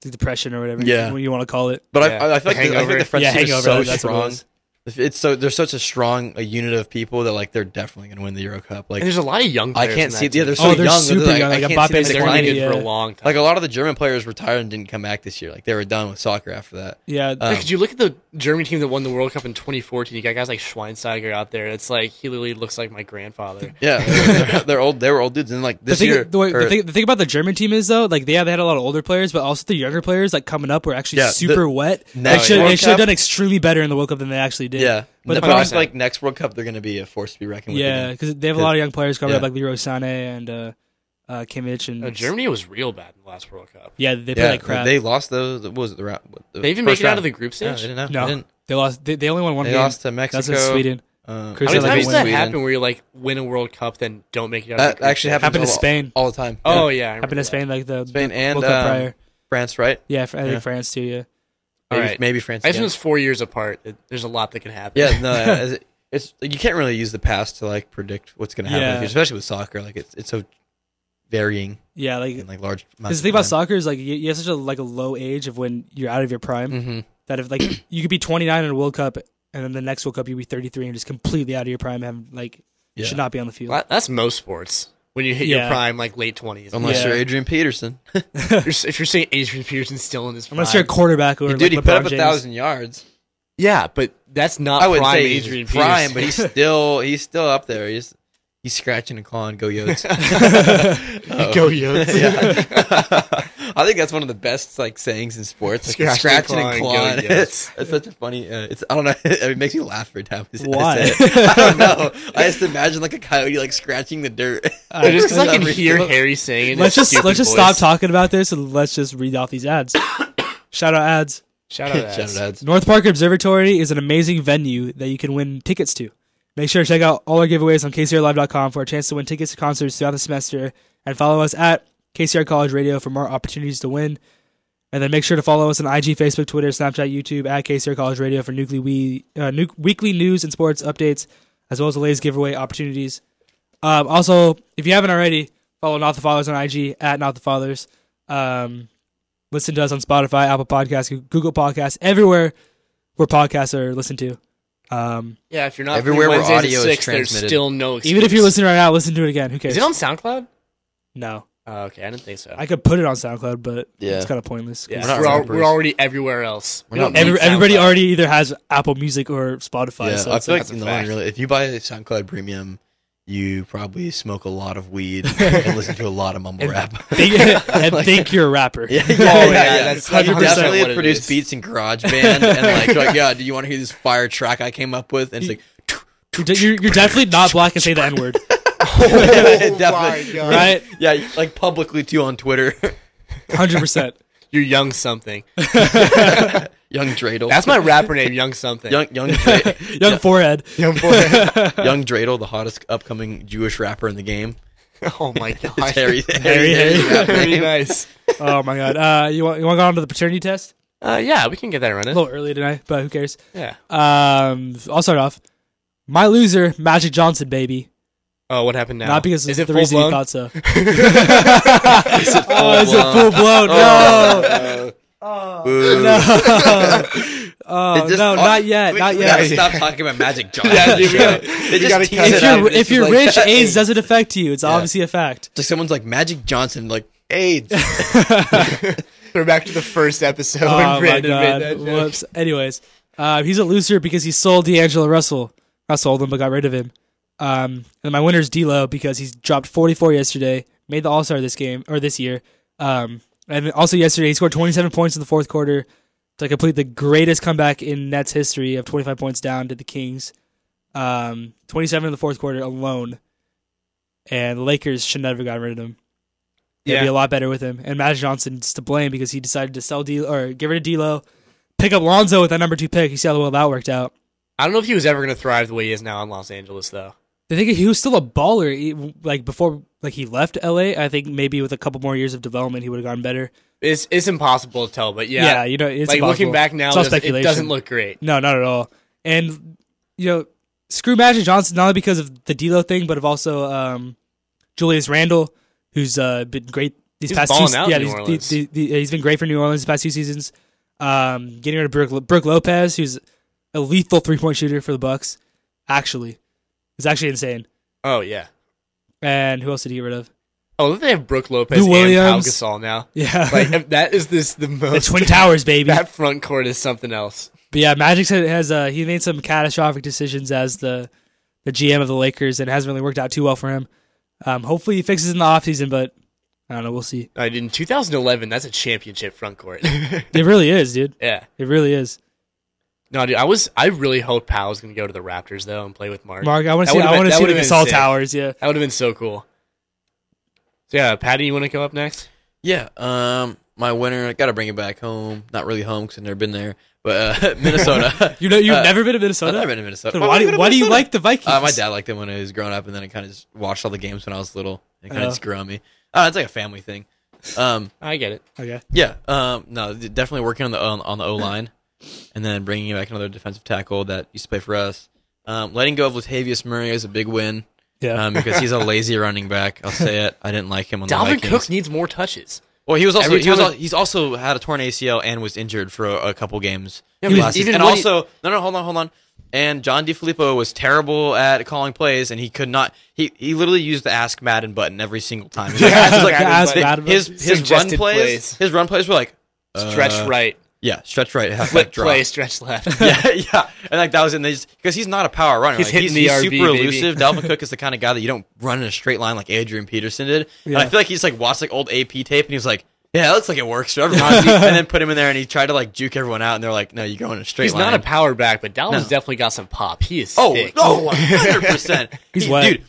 Speaker 2: the depression or whatever.
Speaker 4: Yeah.
Speaker 2: what you want to call it.
Speaker 4: But
Speaker 3: Yeah,
Speaker 4: I, I, I, feel like
Speaker 3: the
Speaker 4: the, I feel like
Speaker 3: hangover.
Speaker 4: the French
Speaker 2: Yeah,
Speaker 4: team
Speaker 2: hangover,
Speaker 4: is so
Speaker 2: that's what it
Speaker 4: strong.
Speaker 2: was.
Speaker 4: It's so there's such a strong a unit of people that like they're definitely gonna win the Euro Cup.
Speaker 3: And
Speaker 4: Like
Speaker 3: there's a lot of young.
Speaker 4: I
Speaker 3: Players
Speaker 4: can't
Speaker 3: in
Speaker 4: see.
Speaker 3: that
Speaker 4: Yeah,
Speaker 3: team.
Speaker 4: they're
Speaker 2: Oh,
Speaker 4: so
Speaker 2: they're
Speaker 4: young.
Speaker 2: super
Speaker 4: like,
Speaker 2: young,
Speaker 4: I
Speaker 2: like
Speaker 4: can't
Speaker 2: Mbappe's like
Speaker 4: see them
Speaker 3: they're gonna be
Speaker 4: declining.
Speaker 3: good for a
Speaker 2: Yeah.
Speaker 3: long time.
Speaker 4: Like a lot of the German players retired and didn't come back this year. Like they were done with soccer after that.
Speaker 2: Yeah,
Speaker 4: Um,
Speaker 3: could you look at the German team that won the World Cup in 2014? You got guys like Schweinsteiger out there. It's like he literally looks like my grandfather.
Speaker 4: Yeah, they're, they're old. They were old dudes, and like
Speaker 2: the
Speaker 4: this
Speaker 2: thing,
Speaker 4: year,
Speaker 2: the, way,
Speaker 4: or-
Speaker 2: the, thing, the thing about the German team is though, like yeah, they had a lot of older players, but also the younger players like coming up were actually
Speaker 4: Yeah, the-
Speaker 2: super wet. They
Speaker 4: Next
Speaker 2: should,
Speaker 4: World
Speaker 2: they should have
Speaker 4: Cup-
Speaker 2: done extremely better in the World Cup than they actually did.
Speaker 4: yeah.
Speaker 2: but
Speaker 4: But,
Speaker 2: the
Speaker 4: but also,
Speaker 2: problem,
Speaker 4: like next World Cup, they're going to be a force to be reckoned with.
Speaker 2: yeah,
Speaker 4: again.
Speaker 2: because they have a lot of young players coming up
Speaker 4: Yeah.
Speaker 2: like Leroy Sané and uh, uh, Kimmich and
Speaker 3: Uh, Germany was real bad in the last World Cup.
Speaker 2: Yeah, they play
Speaker 4: yeah.
Speaker 2: like crap.
Speaker 4: They lost those. What was it the round? what, the
Speaker 3: They even make
Speaker 4: first
Speaker 3: it out
Speaker 4: round.
Speaker 3: of the group
Speaker 4: No,
Speaker 3: stage.
Speaker 4: they didn't. know.
Speaker 2: no,
Speaker 4: They didn't.
Speaker 2: they lost. They, they only won one
Speaker 4: They
Speaker 2: game.
Speaker 4: lost to Mexico.
Speaker 2: That's in Sweden.
Speaker 4: Um,
Speaker 2: Cruz
Speaker 3: How
Speaker 2: They,
Speaker 3: many
Speaker 2: like,
Speaker 3: times does
Speaker 2: win
Speaker 3: that
Speaker 4: Sweden.
Speaker 3: happen? Where you like win a World Cup, then don't make it out. of
Speaker 4: That
Speaker 3: the group
Speaker 4: actually
Speaker 3: stage?
Speaker 4: happens
Speaker 2: Happened to
Speaker 4: all-
Speaker 2: Spain.
Speaker 4: all the time.
Speaker 3: Oh
Speaker 4: Yeah.
Speaker 3: yeah, I remember
Speaker 2: Happened in Spain like the
Speaker 4: Spain and
Speaker 2: World Cup
Speaker 4: um,
Speaker 2: prior.
Speaker 4: France, right?
Speaker 2: Yeah, fr- I think
Speaker 4: yeah.
Speaker 2: France too. Yeah,
Speaker 3: All
Speaker 4: Maybe,
Speaker 3: right.
Speaker 4: maybe France.
Speaker 3: that. I assume
Speaker 4: again.
Speaker 3: it's four years apart. It- There's a lot that can happen.
Speaker 4: Yeah, no, as it- it's you can't really use the past to like predict what's going to happen, in the
Speaker 2: Yeah.
Speaker 4: future, especially with soccer. Like it's it's so varying
Speaker 2: yeah, like.
Speaker 4: in like large.
Speaker 2: Because the thing about soccer is like you you have such a like a low age of when you're out of your prime
Speaker 4: hmm
Speaker 2: that if like you could be 29 in a World Cup and then the next World Cup you'd be 33 and just completely out of your prime and like
Speaker 4: Yeah.
Speaker 2: should not be on the field.
Speaker 3: Well, that- that's most sports. When you hit
Speaker 2: Yeah.
Speaker 3: your prime, like late 20s,
Speaker 4: Unless
Speaker 2: Yeah.
Speaker 4: you're Adrian Peterson,
Speaker 3: If you're- if you're saying Adrian Peterson's still in his prime,
Speaker 2: Unless you're a quarterback or
Speaker 4: dude,
Speaker 2: like
Speaker 4: he
Speaker 2: LeBron
Speaker 4: put up a
Speaker 2: James.
Speaker 4: thousand yards.
Speaker 3: yeah, but that's not
Speaker 4: I wouldn't
Speaker 3: prime
Speaker 4: say he's
Speaker 3: Adrian
Speaker 4: prime,
Speaker 3: Peterson.
Speaker 4: but he's still he's still up there. He's he's scratching and clawing. Go Yotes. Uh-oh.
Speaker 3: Go Yotes.
Speaker 4: yeah. I think that's one of the best like sayings in sports. Like,
Speaker 3: Scratching
Speaker 4: scratching,
Speaker 3: and
Speaker 4: and
Speaker 3: clawing,
Speaker 4: clawing.
Speaker 3: go Yotes.
Speaker 4: it's such a funny. Uh, it's I don't know. It makes me laugh every time. I say
Speaker 2: Why?
Speaker 4: it. I don't know. I just imagine like a coyote like scratching the dirt.
Speaker 2: All right,
Speaker 3: just 'cause I
Speaker 4: That's
Speaker 3: can
Speaker 4: not
Speaker 3: hear
Speaker 4: real.
Speaker 3: Harry saying it. in
Speaker 2: let's
Speaker 3: his
Speaker 2: just
Speaker 3: stupid
Speaker 2: let's just stop
Speaker 3: voice.
Speaker 2: talking about this and let's just read off these ads. Shout out ads.
Speaker 3: Shout out,
Speaker 4: Shout out ads.
Speaker 2: North Park Observatory is an amazing venue that you can win tickets to. Make sure to check out all our giveaways on KCRLive.com for a chance to win tickets to concerts throughout the semester and follow us at KCR College Radio for more opportunities to win. And then make sure to follow us on IG, Facebook, Twitter, Snapchat, YouTube at KCR College Radio for nuclear we, uh, nu- weekly news and sports updates, as well as the latest giveaway opportunities. Um, also, if you haven't already, follow Not the Fathers on IG at Not the Fathers. Um, listen to us on Spotify, Apple Podcasts, Google Podcasts, everywhere where podcasts are listened to. Um,
Speaker 3: Yeah, if you're not
Speaker 4: Everywhere where
Speaker 3: Wednesdays at
Speaker 4: audio is
Speaker 3: six, There's
Speaker 4: transmitted.
Speaker 3: still no excuse.
Speaker 2: even if you're listening right now, listen to it again. Who cares?
Speaker 3: Is it on SoundCloud?
Speaker 2: no,
Speaker 3: Oh, okay, I didn't think so.
Speaker 2: I could put it on SoundCloud, but
Speaker 4: Yeah.
Speaker 2: it's kind of pointless.
Speaker 3: yeah, we're,
Speaker 4: We're not
Speaker 3: al-
Speaker 4: rappers.
Speaker 3: we're already everywhere else. Oh We
Speaker 4: We're
Speaker 3: don't need
Speaker 4: not
Speaker 2: Every, everybody
Speaker 3: SoundCloud.
Speaker 2: already either has Apple Music or Spotify.
Speaker 4: yeah,
Speaker 2: so
Speaker 4: I
Speaker 2: it's
Speaker 4: feel
Speaker 2: like,
Speaker 4: like
Speaker 3: that's a
Speaker 4: in the long
Speaker 3: fact.
Speaker 4: run, if you buy SoundCloud Premium, you probably smoke a lot of weed and listen to a lot of mumble rap.
Speaker 2: think, and think you're a rapper.
Speaker 4: Yeah, yeah,
Speaker 3: yeah,
Speaker 4: yeah,
Speaker 3: that's
Speaker 4: Like, you
Speaker 3: 100%
Speaker 4: definitely
Speaker 3: what it
Speaker 4: have produced
Speaker 3: is.
Speaker 4: beats in GarageBand, and like, you're like, yeah, do you want to hear this fire track I came up with? And it's like,
Speaker 2: You're, de- you're- you're definitely not black and say the N word,
Speaker 4: definitely,
Speaker 2: right?
Speaker 4: yeah, like publicly too on Twitter,
Speaker 2: Hundred percent.
Speaker 3: You're young something.
Speaker 4: young dreidel.
Speaker 3: That's my rapper name, young something.
Speaker 4: young young Dra-
Speaker 2: Young forehead.
Speaker 3: young boy.
Speaker 4: young dreidel, the hottest upcoming Jewish rapper in the game.
Speaker 3: oh my god.
Speaker 4: It's Harry,
Speaker 2: Harry, Harry.
Speaker 3: Very nice.
Speaker 2: Oh my god. Uh, you want you want to go on to the paternity test?
Speaker 3: Uh, yeah, we can get that
Speaker 2: A
Speaker 3: running.
Speaker 2: little early tonight, but who cares?
Speaker 3: Yeah.
Speaker 2: Um, I'll start off. My loser, Magic Johnson, baby.
Speaker 3: Oh, what happened now?
Speaker 2: Not because
Speaker 3: is
Speaker 2: it's
Speaker 3: it
Speaker 2: the
Speaker 3: full
Speaker 2: reason you
Speaker 3: blown?
Speaker 2: thought so. oh, is it
Speaker 4: blown?
Speaker 2: full blown? No,
Speaker 4: Boo.
Speaker 2: oh,
Speaker 4: It just-
Speaker 2: no,
Speaker 4: oh,
Speaker 2: not yet,
Speaker 4: we-
Speaker 2: not
Speaker 4: we
Speaker 2: yet.
Speaker 4: gotta stop talking about Magic Johnson.
Speaker 3: Yeah, dude, we gotta-
Speaker 4: They
Speaker 3: we
Speaker 4: just
Speaker 3: gotta
Speaker 4: tease
Speaker 3: cut
Speaker 2: If
Speaker 3: it
Speaker 4: it out,
Speaker 2: you're
Speaker 4: and
Speaker 2: if
Speaker 4: it's
Speaker 2: you're
Speaker 4: like-
Speaker 2: rich, AIDS doesn't affect you. It's obviously a fact.
Speaker 4: It's like someone's like Magic Johnson, like AIDS.
Speaker 3: We're back to the first episode
Speaker 2: Oh
Speaker 3: when
Speaker 2: my
Speaker 3: Brandon
Speaker 2: God.
Speaker 3: made that joke.
Speaker 2: Whoops. Anyways, uh, he's a loser because he sold D'Angelo Russell. Not sold him, but got rid of him. Um, and my winner's D'Lo because he's dropped 44 yesterday, made the All Star this game or this year. Um, and then also yesterday he scored 27 points in the fourth quarter, to complete the greatest comeback in Nets history of 25 points down to the Kings, um, 27 in the fourth quarter alone. And the Lakers should never have gotten rid of him. They'd be a
Speaker 3: Yeah.
Speaker 2: lot better with him. And Magic Johnson's to blame because he decided to sell D or get rid of D'Lo, pick up Lonzo with that number two pick. You see how well that worked out.
Speaker 3: I don't know if he was ever going to thrive the way he is now in Los Angeles, though.
Speaker 2: I think he was still a baller. e- Like before, like he left LA. I think maybe with a couple more years of development, he would have gotten better.
Speaker 3: It's it's impossible to tell, but yeah,
Speaker 2: Yeah, you know, it's
Speaker 3: like
Speaker 2: impossible.
Speaker 3: looking back now,
Speaker 2: It's all
Speaker 3: it doesn't- it
Speaker 2: speculation.
Speaker 3: doesn't look great.
Speaker 2: No, not at all. And you know, screw Magic Johnson not only because of the D'Lo thing, but of also um, Julius Randle, who's uh, been great these
Speaker 3: He's
Speaker 2: past
Speaker 3: balling
Speaker 2: two.
Speaker 3: out
Speaker 2: yeah,
Speaker 3: in New
Speaker 2: these-
Speaker 3: Orleans.
Speaker 2: the- the- the- he's been great for New Orleans these past two seasons. Um, getting rid of Brooke, Brooke Lopez, who's a lethal three point shooter for the Bucks. Actually, it's actually insane.
Speaker 3: Oh yeah.
Speaker 2: And who else did he get rid of?
Speaker 3: Oh, look, they have Brooke Lopez
Speaker 2: Lou
Speaker 3: and Pau
Speaker 2: Williams.
Speaker 3: Gasol now.
Speaker 2: Yeah,
Speaker 3: Like if that is this the
Speaker 2: the
Speaker 3: most
Speaker 2: Twin Towers, baby.
Speaker 3: that front court is something else.
Speaker 2: But yeah, Magic said- has uh, he made some catastrophic decisions as the the GM of the Lakers, and it hasn't really worked out too well for him. Um, hopefully, he fixes it in the offseason, but I don't know. We'll see.
Speaker 3: Like, in 2011, that's a championship front court.
Speaker 2: It really is, dude.
Speaker 3: yeah.
Speaker 2: It really is.
Speaker 3: No, dude, I was I really hope Powell was gonna go to the Raptors though and play with Mark.
Speaker 2: Mark, I want to
Speaker 3: That
Speaker 2: see.
Speaker 3: would've
Speaker 2: I
Speaker 3: been-
Speaker 2: want to
Speaker 3: that
Speaker 2: see the
Speaker 3: would've been
Speaker 2: Gasol
Speaker 3: sick.
Speaker 2: Towers. Yeah,
Speaker 3: That would have been so cool. So, yeah, Patty, you want to go up next?
Speaker 4: Yeah, um, my winner. I gotta bring it back home. Not really home because I've never been there, but uh, Minnesota.
Speaker 2: you know, you've
Speaker 4: Uh,
Speaker 2: never been to
Speaker 4: I've never
Speaker 2: Minnesota.
Speaker 4: been to Minnesota.
Speaker 2: Then why do
Speaker 4: would I go to
Speaker 2: why do you
Speaker 4: Minnesota?
Speaker 2: like the Vikings?
Speaker 4: Uh, my dad liked them when I was growing up, and then I kind of just watched all the games when I was little. And it kind
Speaker 2: Oh.
Speaker 4: of just grew on me. Uh, it's like a family thing. Um,
Speaker 3: I get it.
Speaker 2: Okay,
Speaker 4: yeah. Um, no, d- definitely working on the on, on the O line, and then bringing back another defensive tackle that used to play for us. Um, letting go of Latavius Murray is a big win
Speaker 2: yeah.
Speaker 4: um, because he's a lazy running back. I'll say it. I didn't like him on the
Speaker 3: Dalvin
Speaker 4: Vikings.
Speaker 3: Cook needs more touches.
Speaker 4: Well, he was also
Speaker 3: Every
Speaker 4: he was
Speaker 3: time
Speaker 4: al- he's also had a torn ACL and was injured for a, a couple games.
Speaker 3: Yeah,
Speaker 4: last
Speaker 3: but
Speaker 4: season.
Speaker 3: even
Speaker 4: and
Speaker 3: when he-
Speaker 4: also no no hold on hold on. And John DiFilippo was terrible at calling plays, and he could not. He, he literally used the Ask Madden button every single time. He was
Speaker 2: Yeah,
Speaker 4: like,
Speaker 2: the Ask
Speaker 4: "Ask Madden
Speaker 2: Madden
Speaker 4: button." his his run
Speaker 3: Suggested
Speaker 4: plays,
Speaker 3: plays.
Speaker 4: his run plays were like uh,
Speaker 3: Stretch right,
Speaker 4: yeah, stretch right, half
Speaker 3: flip
Speaker 4: back drop.
Speaker 3: play, stretch left.
Speaker 4: yeah, yeah, and like that was in these because he's not a power runner.
Speaker 3: He's
Speaker 4: Like,
Speaker 3: hitting
Speaker 4: he's,
Speaker 3: the
Speaker 4: he's
Speaker 3: RB,
Speaker 4: super
Speaker 3: baby.
Speaker 4: elusive. Dalvin Cook is the kind of guy that you don't run in a straight line like Adrian Peterson did. And I
Speaker 2: Yeah.
Speaker 4: feel like he's like watched like old AP tape and he was like, "Yeah, it looks like it works for everyone." and then put him in there and he tried to like juke everyone out, and they're like, "No, you go in a straight
Speaker 3: He's
Speaker 4: line."
Speaker 3: not a power back, but Dalvin's
Speaker 4: No.
Speaker 3: definitely got some pop. He is
Speaker 4: Oh,
Speaker 3: thick.
Speaker 4: no, 100%.
Speaker 2: He's
Speaker 4: He-
Speaker 2: wet.
Speaker 4: Dude,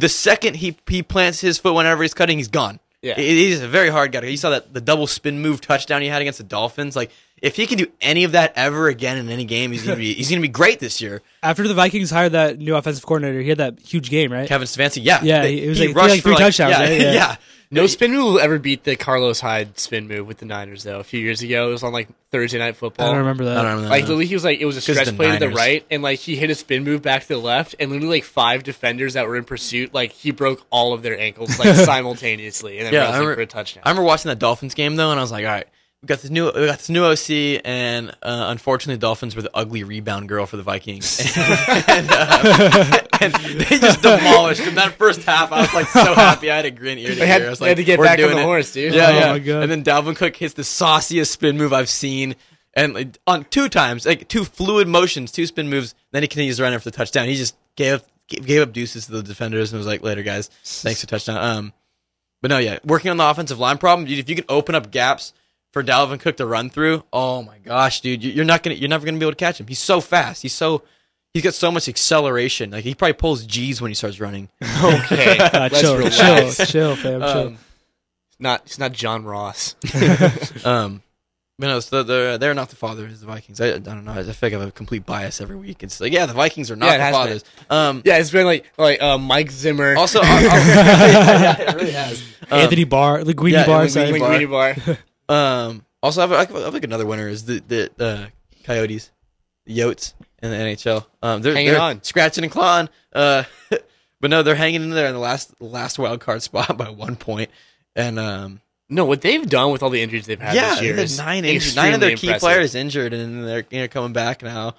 Speaker 4: the second he, he plants his foot whenever he's cutting, he's gone.
Speaker 3: Yeah.
Speaker 4: He- He's a very hard guy. You saw that the double spin move touchdown he had against the Dolphins. Like, if he can do any of that ever again in any game, he's gonna be he's gonna be great this year.
Speaker 2: After the Vikings hired that new offensive coordinator, he had that huge game, right?
Speaker 4: Kevin Stefanski, yeah,
Speaker 2: Yeah,
Speaker 4: They-
Speaker 2: he- it was like- he
Speaker 4: rushed
Speaker 2: had like
Speaker 4: for
Speaker 2: three touchdowns,
Speaker 4: yeah,
Speaker 2: right?
Speaker 4: yeah.
Speaker 2: Yeah.
Speaker 3: No spin move will ever beat the Carlos Hyde spin move with the Niners though. A few years ago, it was on like Thursday Night
Speaker 2: I
Speaker 3: Football.
Speaker 2: don't remember
Speaker 4: I
Speaker 2: that.
Speaker 4: don't remember
Speaker 3: Like
Speaker 4: that.
Speaker 3: literally, he was like it was a
Speaker 4: 'Cause
Speaker 3: stretch
Speaker 4: the
Speaker 3: play to the
Speaker 4: Niners.
Speaker 3: right, and like he hit a spin move back to the left, and literally like five defenders that were in pursuit, like he broke all of their ankles like simultaneously, and then
Speaker 4: Yeah,
Speaker 3: runs
Speaker 4: I
Speaker 3: in
Speaker 4: remember-
Speaker 3: for a touchdown.
Speaker 4: I remember watching that Dolphins game though, and I was like, all right, we got this new we got this new OC, and uh, unfortunately, the Dolphins were the ugly rebound girl for the Vikings, and, uh, and they just demolished them that first half. I was like so happy, I had a grin ear to
Speaker 3: They had-
Speaker 4: ear. I was
Speaker 3: they
Speaker 4: like,
Speaker 3: had to get
Speaker 4: we're
Speaker 3: back on
Speaker 4: doing
Speaker 3: the
Speaker 4: it.
Speaker 3: horse, dude.
Speaker 4: Yeah,
Speaker 2: Oh
Speaker 4: yeah.
Speaker 2: my God.
Speaker 4: And then Dalvin Cook hits the sauciest spin move I've seen. And like, on two times, like two fluid motions, two spin moves. Then he continues to run in for the touchdown. He just gave up, gave up deuces to the defenders and was like, "Later, guys, thanks for touchdown." Um, but no, yeah, working on the offensive line problem, dude. If you can open up gaps for Dalvin Cook to run through, oh my gosh, dude, you- you're not gonna, you're never gonna be able to catch him. He's so fast. He's so, he's got so much acceleration. Like he probably pulls G's when he starts running.
Speaker 3: okay,
Speaker 2: Uh,
Speaker 3: let's
Speaker 2: chill,
Speaker 3: relax.
Speaker 2: chill, chill, fam, chill.
Speaker 4: Um,
Speaker 3: Not it's not John Ross.
Speaker 4: Um, but no, so they're, they're not the fathers, the Vikings. I, I don't know. I feel like I have a complete bias every week. It's like, yeah, the Vikings are
Speaker 3: Yeah, it
Speaker 4: not the
Speaker 3: has
Speaker 4: fathers. Um,
Speaker 3: yeah, it's been like like uh, Mike Zimmer.
Speaker 4: Also, I- I- yeah, it really has. Um,
Speaker 2: Anthony Barr, Linguini
Speaker 4: yeah,
Speaker 2: Barr,
Speaker 4: Linguini
Speaker 2: sorry.
Speaker 4: Barr.
Speaker 3: Linguini Bar.
Speaker 4: Um, also, I have, I have- I have like another winner is the the uh, Coyotes, the Yotes in the NHL. Um, they're,
Speaker 3: Hanging
Speaker 4: they're
Speaker 3: on.
Speaker 4: scratching and clawing. Uh, but no, they're hanging in there in the last last wild card spot by one point. And um,
Speaker 3: No, what they've done with all the injuries they've had
Speaker 4: yeah,
Speaker 3: this year
Speaker 4: they've
Speaker 3: is
Speaker 4: had nine injuries. Nine of their
Speaker 3: extremely
Speaker 4: key
Speaker 3: impressive.
Speaker 4: players injured, and they're you know, coming back now,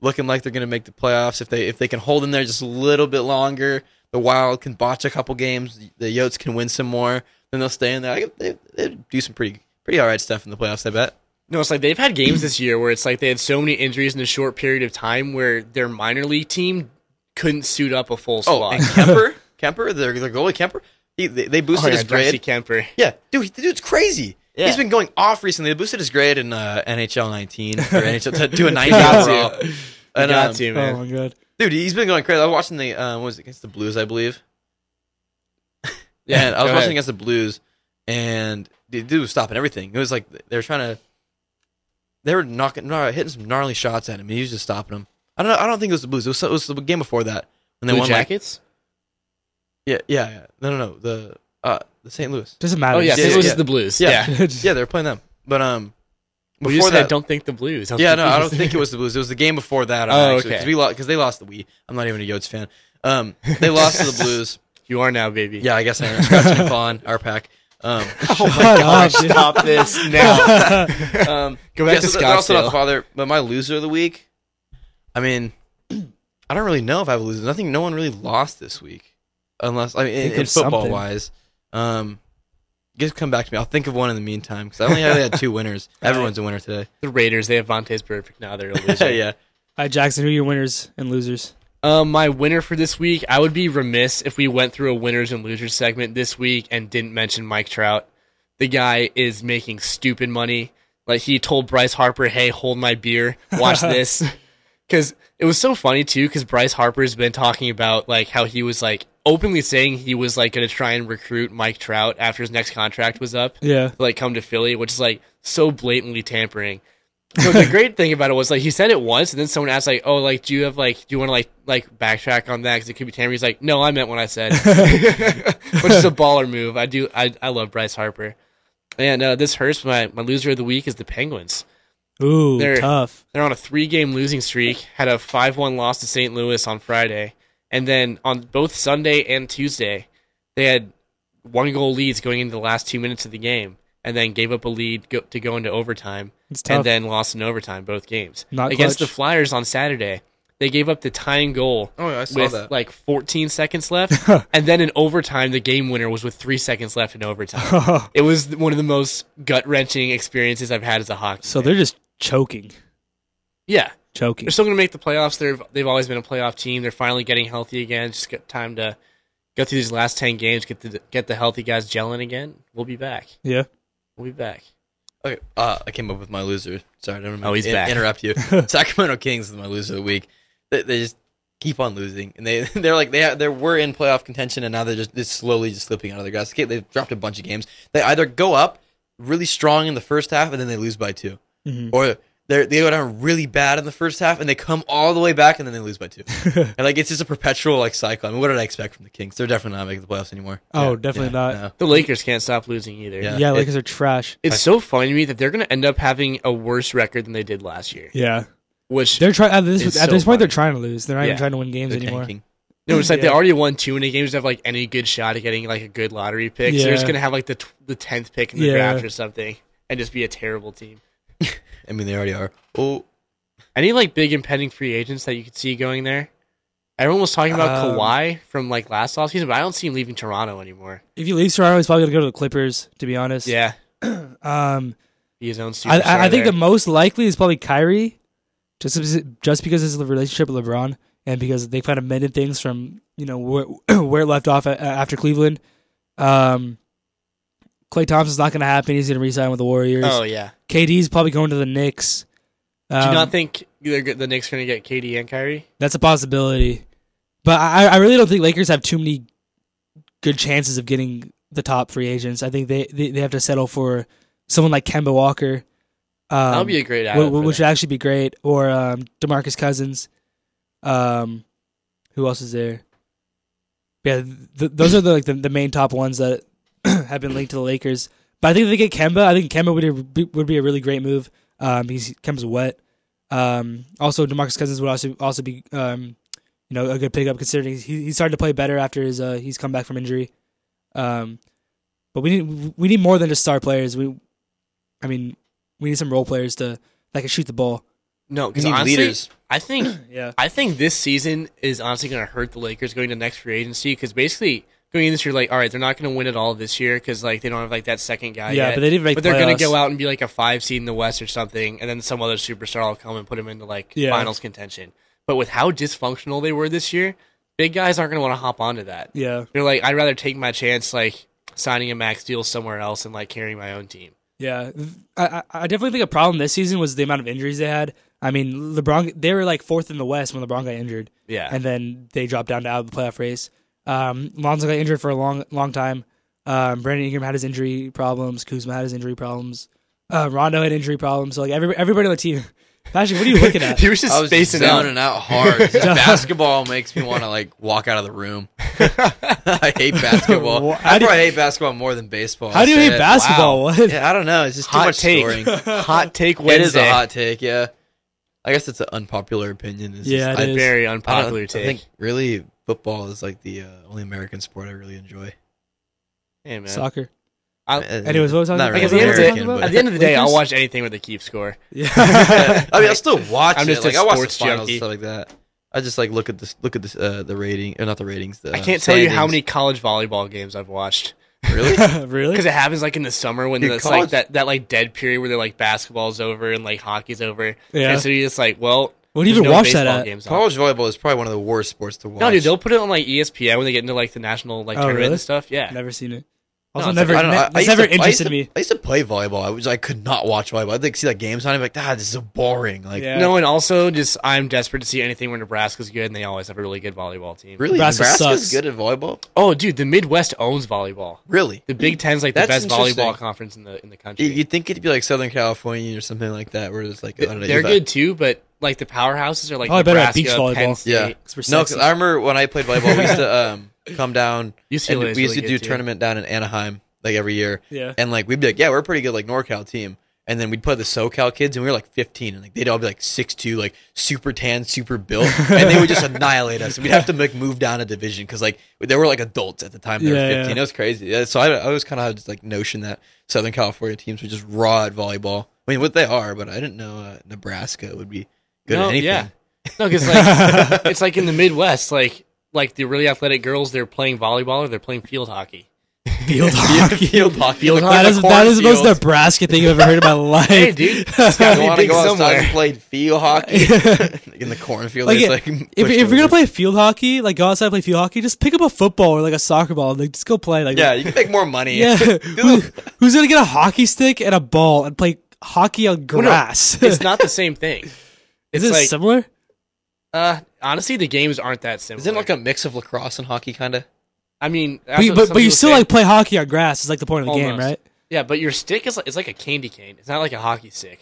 Speaker 4: looking like they're going to make the playoffs. If they if they can hold in there just a little bit longer, the Wild can botch a couple games. The Yotes can win some more, then they'll stay in there. I, they, they do some pretty pretty all right stuff in the playoffs. I bet.
Speaker 3: No, it's like they've had games this year where it's like they had so many injuries in a short period of time where their minor league team couldn't suit up a full
Speaker 4: Oh,
Speaker 3: squad.
Speaker 4: and Kemper, Kemper, their their goalie Kemper, he, they, they boosted
Speaker 3: Oh, yeah,
Speaker 4: his grade.
Speaker 3: Darcy Kemper.
Speaker 4: Yeah, dude, he- dude's crazy.
Speaker 5: Yeah.
Speaker 4: He's been going off recently. They boosted his grade in uh, NHL 19 or NHL to, to a 90
Speaker 3: Got
Speaker 4: overall.
Speaker 3: to.
Speaker 4: And,
Speaker 3: got
Speaker 4: um,
Speaker 3: to,
Speaker 2: Oh
Speaker 3: man.
Speaker 2: my god.
Speaker 4: dude, he's been going crazy. I was watching the um, what was it against the Blues, I believe.
Speaker 3: Yeah,
Speaker 4: and I was
Speaker 3: go
Speaker 4: watching
Speaker 3: ahead.
Speaker 4: against the Blues, and the dude was stopping everything. It was like they were trying to, they were knocking, gnar- hitting some gnarly shots at him, and he was just stopping them. I don't know. I don't think it was the Blues. It was, it was the game before that when they
Speaker 3: Blue
Speaker 4: won. like-
Speaker 3: Jackets?
Speaker 4: yeah, yeah, yeah. No, no, no. The uh, the St. Louis.
Speaker 2: Doesn't matter.
Speaker 3: oh, yeah.
Speaker 4: yeah,
Speaker 3: St. Louis
Speaker 4: yeah.
Speaker 3: is the Blues.
Speaker 4: Yeah.
Speaker 3: Yeah.
Speaker 4: Yeah, they were playing them. But um,
Speaker 3: Before
Speaker 4: before
Speaker 3: that,
Speaker 4: that,
Speaker 3: don't think the Blues. was
Speaker 4: yeah, no, I don't
Speaker 3: confused.
Speaker 4: think it was the Blues. It was the game before that.
Speaker 3: Oh,
Speaker 4: Oh,
Speaker 3: okay.
Speaker 4: Because we lost because they lost the we. I'm not even a Yotes fan. Um, they lost to the Blues.
Speaker 3: you are now, baby.
Speaker 4: Yeah, I guess I am. Scratch and clawing, our pack. Um,
Speaker 2: Shut
Speaker 5: Stop
Speaker 2: up, dude.
Speaker 5: this now.
Speaker 3: Now,
Speaker 4: um,
Speaker 3: go back
Speaker 4: yeah,
Speaker 3: to
Speaker 4: so they're also not the
Speaker 3: Scottsdale.
Speaker 4: father, but my loser of the week. I mean, I don't really know if I have a loser. Nothing. No one really lost this week, unless I mean, in,
Speaker 2: Think
Speaker 4: in
Speaker 2: of
Speaker 4: football
Speaker 2: something.
Speaker 4: wise. Um, just come back to me. I'll think of one in the meantime because I only really had two winners. Everyone's a winner today.
Speaker 3: The Raiders, they have Vontae's perfect. Now they're a loser.
Speaker 4: yeah.
Speaker 2: All right, Jackson, who are your winners and losers?
Speaker 3: Um, my winner for this week, I would be remiss if we went through a winners and losers segment this week and didn't mention Mike Trout. The guy is making stupid money. Like he told Bryce Harper, "Hey, hold my beer. Watch this." Cuz it was so funny too cuz Bryce Harper's been talking about like how he was like openly saying he was like going to try and recruit Mike Trout after his next contract was up
Speaker 2: Yeah.
Speaker 3: to, like come to Philly, which is like so blatantly tampering. So the great thing about it was like he said it once, and then someone asked like, "Oh, like do you have like do you want to like like backtrack on that because it could be tampering?" He's like, "No, I meant what I said," which is a baller move. I do. I I love Bryce Harper, and uh, this hurts. My my loser of the week is the Penguins.
Speaker 2: Ooh,
Speaker 3: They're-
Speaker 2: tough.
Speaker 3: They're on a three game losing streak, had a 5 1 loss to St. Louis on Friday. And then on both Sunday and Tuesday, they had one goal leads going into the last two minutes of the game and then gave up a lead go- to go into overtime
Speaker 2: It's tough.
Speaker 3: and then lost in overtime both games.
Speaker 2: Not
Speaker 3: Against
Speaker 2: clutch.
Speaker 3: the Flyers on Saturday, they gave up the tying goal
Speaker 4: Oh, I saw
Speaker 3: with
Speaker 4: that.
Speaker 3: like 14 seconds left. and then in overtime, the game winner was with three seconds left in overtime. it was one of the most gut wrenching experiences I've had as a hockey
Speaker 2: so
Speaker 3: fan.
Speaker 2: they're just choking,
Speaker 3: Yeah.
Speaker 2: choking.
Speaker 3: They're still going to make the playoffs. They've they've always been a playoff team. They're finally getting healthy again. Just got time to go through these last ten games. Get the get the healthy guys gelling again. We'll be back.
Speaker 2: Yeah.
Speaker 3: We'll be back.
Speaker 4: Okay, uh, I came up with my loser. Sorry, I didn't mean
Speaker 3: Oh, he's
Speaker 4: to in-
Speaker 3: back.
Speaker 4: interrupt you. Sacramento Kings is my loser of the week. They, they just keep on losing, and they they're like they they were in playoff contention, and now they're just, just slowly just slipping out of their grasp. They- They've dropped a bunch of games. They either go up really strong in the first half, and then they lose by 2
Speaker 2: Mm-hmm.
Speaker 4: or they they go down really bad in the first half, and they come all the way back, and then they lose by two. and like it's just a perpetual like cycle. I mean, what did I expect from the Kings? They're definitely not making the playoffs anymore.
Speaker 2: Oh,
Speaker 4: Yeah,
Speaker 2: definitely
Speaker 4: yeah,
Speaker 2: not.
Speaker 4: no.
Speaker 3: The Lakers can't stop losing either.
Speaker 4: Yeah.
Speaker 2: Yeah,
Speaker 4: it-
Speaker 2: Lakers are trash.
Speaker 3: It's so funny to me that they're going to end up having a worse record than they did last year.
Speaker 2: Yeah.
Speaker 3: Which
Speaker 2: They're trying at this
Speaker 3: It's
Speaker 2: at
Speaker 3: so
Speaker 2: this point they're
Speaker 3: funny.
Speaker 2: trying to lose. They're not even
Speaker 3: Yeah.
Speaker 2: trying to win games
Speaker 4: They're
Speaker 2: anymore.
Speaker 4: tanking.
Speaker 3: no, it's like they
Speaker 2: Yeah.
Speaker 3: already won two many games to have like any good shot at getting like a good lottery pick. So they're just
Speaker 2: Yeah.
Speaker 3: going to have like the tw- the tenth pick in the
Speaker 2: Yeah.
Speaker 3: draft or something, and just be a terrible team.
Speaker 4: I mean, they already are. Oh.
Speaker 3: Any like big impending free agents that you could see going there? Everyone was talking about
Speaker 2: Um,
Speaker 3: Kawhi from like last offseason, but I don't see him leaving Toronto anymore.
Speaker 2: If he leaves Toronto, he's probably gonna go to the Clippers. To be honest.
Speaker 3: Yeah,
Speaker 2: Um.
Speaker 3: be his own
Speaker 2: I,
Speaker 3: superstar.
Speaker 2: I, I think the
Speaker 3: there.
Speaker 2: most likely is probably Kyrie, just because- just because it's the relationship with LeBron and because they kind of mended things from you know where, where it left off a after Cleveland. Um. Clay Thompson's not going to happen. He's going to resign with the Warriors.
Speaker 3: oh yeah.
Speaker 2: KD's probably going to the Knicks.
Speaker 3: Do you
Speaker 2: Um,
Speaker 3: not think they're go- the Knicks going to get KD and Kyrie?
Speaker 2: That's a possibility. But I, I really don't think Lakers have too many good chances of getting the top free agents. I think they, they, they have to settle for someone like Kemba Walker. Um,
Speaker 3: That would be a great
Speaker 2: wh-
Speaker 3: ad.
Speaker 2: wh- which would actually be great, or um, Demarcus Cousins. Um, who else is there? Yeah, th- those are the like the, the main top ones that have been linked to the Lakers. But I think if they get Kemba. I think Kemba would be, would be a really great move. Um, because Kemba's wet. Um, also Demarcus Cousins would also also be um, you know, a good pickup considering he he started to play better after his uh he's come back from injury. Um, but we need we need more than just star players. We, I mean, we need some role players to that can shoot the ball.
Speaker 3: no, because
Speaker 4: We need
Speaker 3: honestly,
Speaker 4: leaders.
Speaker 3: I think
Speaker 2: Yeah.
Speaker 3: I think this season is honestly going to hurt the Lakers going to next free agency because basically going in this year, like, all right, they're not going to win it all this year because like they don't have like that second guy.
Speaker 2: Yeah,
Speaker 3: yet.
Speaker 2: but they didn't make
Speaker 3: But they're going
Speaker 2: playoffs.
Speaker 3: to go out and be like a five seed in the West or something, and then some other superstar will come and put them into like
Speaker 2: Yeah.
Speaker 3: finals contention. But with how dysfunctional they were this year, big guys aren't going to want to hop onto that.
Speaker 2: Yeah.
Speaker 3: They're like, I'd rather take my chance like signing a max deal somewhere else and like carrying my own team.
Speaker 2: Yeah, I, I- I definitely think a problem this season was the amount of injuries they had. I mean, LeBron they were like fourth in the West when LeBron got injured,
Speaker 3: Yeah.
Speaker 2: and then they dropped down to out of the playoff race. Um, Lonzo got injured for a long, long time. Um, Brandon Ingram had his injury problems. Kuzma had his injury problems. Uh, Rondo had injury problems. So like every, everybody on the team. Patrick, what are you looking at?
Speaker 3: he was just
Speaker 4: I was just
Speaker 3: spacing out.
Speaker 4: zoning out hard. Just basketball makes me want to like walk out of the room. I hate basketball.
Speaker 2: Wha- how
Speaker 4: I
Speaker 2: do you-
Speaker 4: probably hate basketball more than baseball.
Speaker 2: How do you
Speaker 4: Say
Speaker 2: hate
Speaker 4: it.
Speaker 2: basketball?
Speaker 4: Wow.
Speaker 2: What?
Speaker 4: Yeah, I don't know. It's just
Speaker 3: Hot
Speaker 4: too much
Speaker 3: take.
Speaker 4: scoring.
Speaker 3: Hot take Wednesday.
Speaker 4: it is a hot take. Yeah, I guess it's an unpopular opinion. It's
Speaker 2: Yeah,
Speaker 4: just-
Speaker 2: it
Speaker 4: I-
Speaker 2: is.
Speaker 3: Very
Speaker 4: I don't-
Speaker 3: unpopular take.
Speaker 4: I think really football is like the uh, only American sport I really enjoy.
Speaker 3: hey, man.
Speaker 2: Soccer.
Speaker 4: Uh,
Speaker 2: Anyways, what was I
Speaker 4: not
Speaker 2: talking
Speaker 4: really
Speaker 2: about?
Speaker 3: At the end of the day- At
Speaker 4: American, but-
Speaker 3: the end of the day, I'll
Speaker 2: Lakers?
Speaker 3: watch anything where they keep score.
Speaker 2: Yeah.
Speaker 4: I mean, I still watch
Speaker 3: I'm
Speaker 4: I'm
Speaker 3: just
Speaker 4: just
Speaker 3: a
Speaker 4: it. Like, I watch the
Speaker 3: sports
Speaker 4: finals
Speaker 3: junkie.
Speaker 4: and stuff like that. I just like look at this, look at this, uh, the rating or not the ratings. The uh,
Speaker 3: I can't tell you how many
Speaker 4: standings.
Speaker 3: college volleyball games I've watched
Speaker 4: really.
Speaker 2: really?
Speaker 3: because it happens like in the summer when
Speaker 4: Dude,
Speaker 3: it's like
Speaker 4: college-
Speaker 3: that, that like dead period where they're like basketball's over and like hockey's over.
Speaker 2: Yeah.
Speaker 3: And so you're just like, well,
Speaker 2: What do you
Speaker 3: there's
Speaker 2: even
Speaker 3: no
Speaker 2: watch that
Speaker 3: baseball
Speaker 2: at?
Speaker 3: Games on.
Speaker 4: College volleyball is probably one of the worst sports to watch.
Speaker 3: No, dude, they'll put it on like E ESPN when they get into like the national like
Speaker 2: Oh,
Speaker 3: tournament
Speaker 2: really?
Speaker 3: and stuff. Yeah,
Speaker 2: Never seen it.
Speaker 3: No,
Speaker 2: Also,
Speaker 3: it's
Speaker 2: never.
Speaker 4: I don't know. I, I
Speaker 2: it's
Speaker 4: used
Speaker 2: never
Speaker 4: to- I used
Speaker 2: interested
Speaker 4: to-
Speaker 2: me.
Speaker 4: I used to play volleyball. I was I could not watch volleyball. I'd like see like games on it. Like, ah, this is so boring. Like,
Speaker 2: Yeah.
Speaker 3: No, and also just I'm desperate to see anything where Nebraska's good, and they always have a really good volleyball team.
Speaker 4: really,
Speaker 2: Nebraska
Speaker 4: Nebraska's
Speaker 2: sucks.
Speaker 4: good at volleyball.
Speaker 3: Oh, dude, the Midwest owns volleyball.
Speaker 4: Really,
Speaker 3: The Big Ten's like the
Speaker 4: That's
Speaker 3: best volleyball
Speaker 4: interesting.
Speaker 3: conference in the in the country.
Speaker 4: You- you'd think it'd be like Southern California or something like that, where it's like I don't know,
Speaker 3: They're
Speaker 4: you've-
Speaker 3: good too, but like the powerhouses are like
Speaker 2: Probably better Oh, at
Speaker 3: Nebraska,
Speaker 2: beach volleyball.
Speaker 3: Penn State.
Speaker 4: Yeah,
Speaker 2: Cause we're
Speaker 4: no, 'cause
Speaker 2: sexy.
Speaker 4: I remember when I played volleyball, we used to um, come down. and
Speaker 3: UCLA is
Speaker 4: we
Speaker 3: really
Speaker 4: used to
Speaker 3: good
Speaker 4: do a
Speaker 3: too.
Speaker 4: tournament down in Anaheim like every year.
Speaker 2: Yeah.
Speaker 4: and like we'd be like, yeah, we're a pretty good like NorCal team. And then we'd play the SoCal kids, and we were like 15, and like they'd all be like 6'2", like super tan, super built, and they would just annihilate us. We'd have to like move down a division because like they were like adults at the time. They
Speaker 2: Yeah,
Speaker 4: were
Speaker 2: yeah.
Speaker 4: 15. It was crazy. Yeah, So I, I was kind of had this like notion that Southern California teams were just raw at volleyball. I mean, what they are, but I didn't know uh, Nebraska would be good
Speaker 3: No,
Speaker 4: at anything.
Speaker 3: yeah. No, because like it's like in the Midwest, like like the really athletic girls, they're playing volleyball or they're playing field hockey.
Speaker 2: Field hockey.
Speaker 4: Field hockey.
Speaker 3: Field
Speaker 2: That is that is the most
Speaker 3: cornfield.
Speaker 2: Nebraska thing I've ever heard in my life.
Speaker 3: Hey, dude, it's gotta
Speaker 4: I
Speaker 3: be
Speaker 4: want to
Speaker 3: big
Speaker 4: go outside
Speaker 3: somewhere.
Speaker 4: and play field hockey in the cornfield.
Speaker 2: Like,
Speaker 4: it's,
Speaker 2: if,
Speaker 4: like,
Speaker 2: if
Speaker 4: pushed
Speaker 2: you're
Speaker 4: over.
Speaker 2: gonna play field hockey, like go outside and play field hockey, just pick up a football or like a soccer ball, and, like just go play. Like
Speaker 4: yeah, you can make more money.
Speaker 2: yeah. Who- who's gonna get a hockey stick and a ball and play hockey on
Speaker 3: no,
Speaker 2: grass?
Speaker 3: It's not the same thing.
Speaker 2: is
Speaker 3: It's
Speaker 2: it
Speaker 3: like
Speaker 2: similar?
Speaker 3: uh, honestly, the games aren't that similar.
Speaker 4: Isn't it like a mix of lacrosse and hockey, kind of?
Speaker 3: I mean, that's
Speaker 2: But,
Speaker 3: what
Speaker 2: but,
Speaker 3: some
Speaker 2: but you
Speaker 3: people
Speaker 2: still
Speaker 3: say.
Speaker 2: like play hockey on grass. Is like the point of the game,
Speaker 3: Almost.
Speaker 2: right?
Speaker 3: yeah, but your stick is like, it's like a candy cane. It's not like a hockey stick.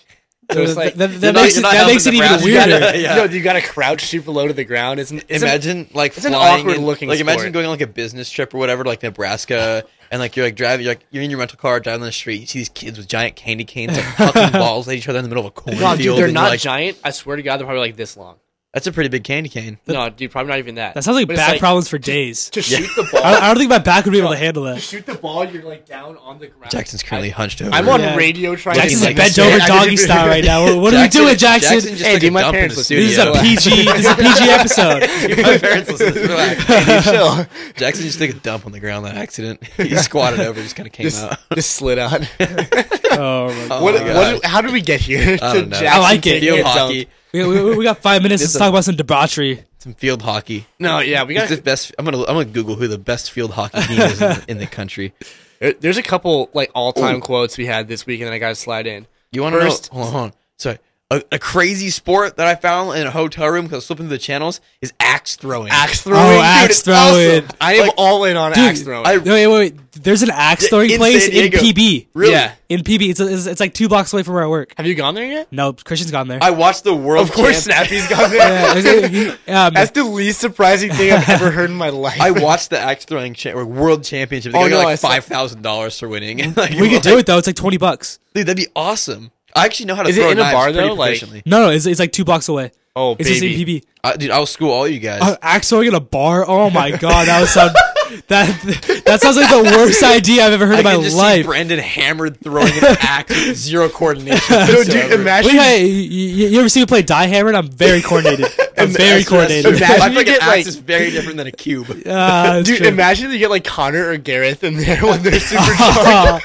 Speaker 3: So it's like
Speaker 2: that, that- that
Speaker 4: You're not-
Speaker 2: makes
Speaker 4: you're
Speaker 2: it,
Speaker 4: not
Speaker 2: that
Speaker 4: helping
Speaker 2: makes it even
Speaker 4: Nebraska.
Speaker 3: you
Speaker 2: weirder.
Speaker 3: gotta,
Speaker 4: Yeah.
Speaker 3: no, you gotta crouch super low to the ground. It's, it's
Speaker 4: imagine like
Speaker 3: it's an
Speaker 4: flying
Speaker 3: awkward
Speaker 4: in-
Speaker 3: looking
Speaker 4: Like imagine
Speaker 3: sport.
Speaker 4: going on like a business trip or whatever, like Nebraska, and like you're like driving, you're like you're in your rental car driving down the street. You see these kids with giant candy canes like hucking balls at each other in the middle of a cornfield.
Speaker 3: no, dude, they're
Speaker 4: and
Speaker 3: not
Speaker 4: like,
Speaker 3: giant. I swear to God, they're probably like this long.
Speaker 4: That's a pretty big candy cane.
Speaker 3: no, dude, probably not even that.
Speaker 2: That sounds like
Speaker 3: But it's
Speaker 2: back problems for days.
Speaker 3: To shoot the ball,
Speaker 2: I, I don't think my back would be able to handle that.
Speaker 3: shoot the ball, you're like down on the ground.
Speaker 4: Jackson's currently hunched over.
Speaker 3: I'm on
Speaker 2: Yeah.
Speaker 3: radio trying
Speaker 2: Jackson's
Speaker 3: to
Speaker 4: like
Speaker 2: bent
Speaker 4: a
Speaker 2: over
Speaker 4: stick.
Speaker 2: doggy style right now. What- What are we
Speaker 4: Jackson-
Speaker 2: doing, Jackson?
Speaker 4: Jackson just
Speaker 3: Hey,
Speaker 4: took
Speaker 3: dude,
Speaker 4: a
Speaker 3: my
Speaker 4: dump in
Speaker 3: parents
Speaker 4: the
Speaker 3: listen.
Speaker 4: studio.
Speaker 2: this is a PG. This is a PG episode.
Speaker 4: my parents listen. to this. Relax. Chill. Jackson just took a dump on the ground. in That accident. He squatted over. Just kind of came
Speaker 3: Just,
Speaker 4: out.
Speaker 3: just slid on.
Speaker 2: Oh my god.
Speaker 3: what,
Speaker 4: my gosh.
Speaker 3: what, how did we get here?
Speaker 4: I
Speaker 3: To
Speaker 4: don't know. I
Speaker 3: Jackson
Speaker 2: like it.
Speaker 3: taking
Speaker 4: Field
Speaker 3: a dump?
Speaker 4: hockey.
Speaker 2: We, we, we got five minutes. Let's
Speaker 4: a-
Speaker 2: talk about some debauchery.
Speaker 4: Some field hockey.
Speaker 3: No, yeah, we got
Speaker 4: Who's the best. I'm gonna I'm gonna Google who the best field hockey team is in the, in the country.
Speaker 3: There- There's a couple like all time quotes we had this week, and then I got to slide in.
Speaker 4: You want to know?
Speaker 3: First-
Speaker 4: Hold on, hold on. Sorry. A, a crazy sport that I found in a hotel room because I was flipping through the channels is axe throwing.
Speaker 3: Axe throwing,
Speaker 2: Oh,
Speaker 3: dude,
Speaker 2: axe
Speaker 3: it's awesome.
Speaker 2: throwing.
Speaker 3: I am all in on axe throwing.
Speaker 4: I-
Speaker 2: No, wait, wait, wait. There's an axe throwing
Speaker 4: in
Speaker 2: place
Speaker 4: San
Speaker 2: in
Speaker 4: Diego.
Speaker 2: PB.
Speaker 4: Really?
Speaker 3: Yeah.
Speaker 2: In PB, it's, it's it's like two blocks away from where I work.
Speaker 3: Have you gone there yet?
Speaker 2: No, Christian's gone there.
Speaker 4: I watched the world.
Speaker 3: Of course,
Speaker 4: Champ-
Speaker 3: Snappy's gone there.
Speaker 2: Yeah, there's a- um,
Speaker 3: That's the least surprising thing I've ever heard in my life.
Speaker 4: I watched the axe throwing cha- or world championship. They
Speaker 3: Oh,
Speaker 4: got
Speaker 3: no, I
Speaker 4: like
Speaker 3: saw-
Speaker 4: five thousand dollars for winning. And, like,
Speaker 2: we could do it though. It's like twenty bucks.
Speaker 4: dude. That'd be awesome. I actually know how to
Speaker 3: Is it
Speaker 4: throw
Speaker 3: in a
Speaker 4: knives
Speaker 3: bar,
Speaker 4: pretty
Speaker 3: though? Like-
Speaker 4: proficiently.
Speaker 2: No, no, it's, it's like two blocks away.
Speaker 3: oh,
Speaker 2: It's just in PB.
Speaker 4: I, Uh, dude, I'll school all you guys.
Speaker 2: Uh, axe throwing in a bar. Oh my god, that was sound, that that sounds like the worst idea I've ever heard
Speaker 4: I
Speaker 2: in my
Speaker 4: can just see
Speaker 2: life.
Speaker 4: Brandon hammered throwing an axe, with zero coordination.
Speaker 3: No, dude,
Speaker 4: whatsoever.
Speaker 3: imagine.
Speaker 2: Wait, hey, you, you ever see me play Die Hammered? I'm very coordinated. I'm very coordinated.
Speaker 3: Imagine
Speaker 4: I
Speaker 3: you
Speaker 4: think an
Speaker 3: get,
Speaker 4: axe
Speaker 3: like-
Speaker 4: is very different than a cube.
Speaker 2: Ah, that's
Speaker 3: Dude,
Speaker 2: true.
Speaker 3: imagine you get like Connor or Gareth in there when they're super
Speaker 2: Ah.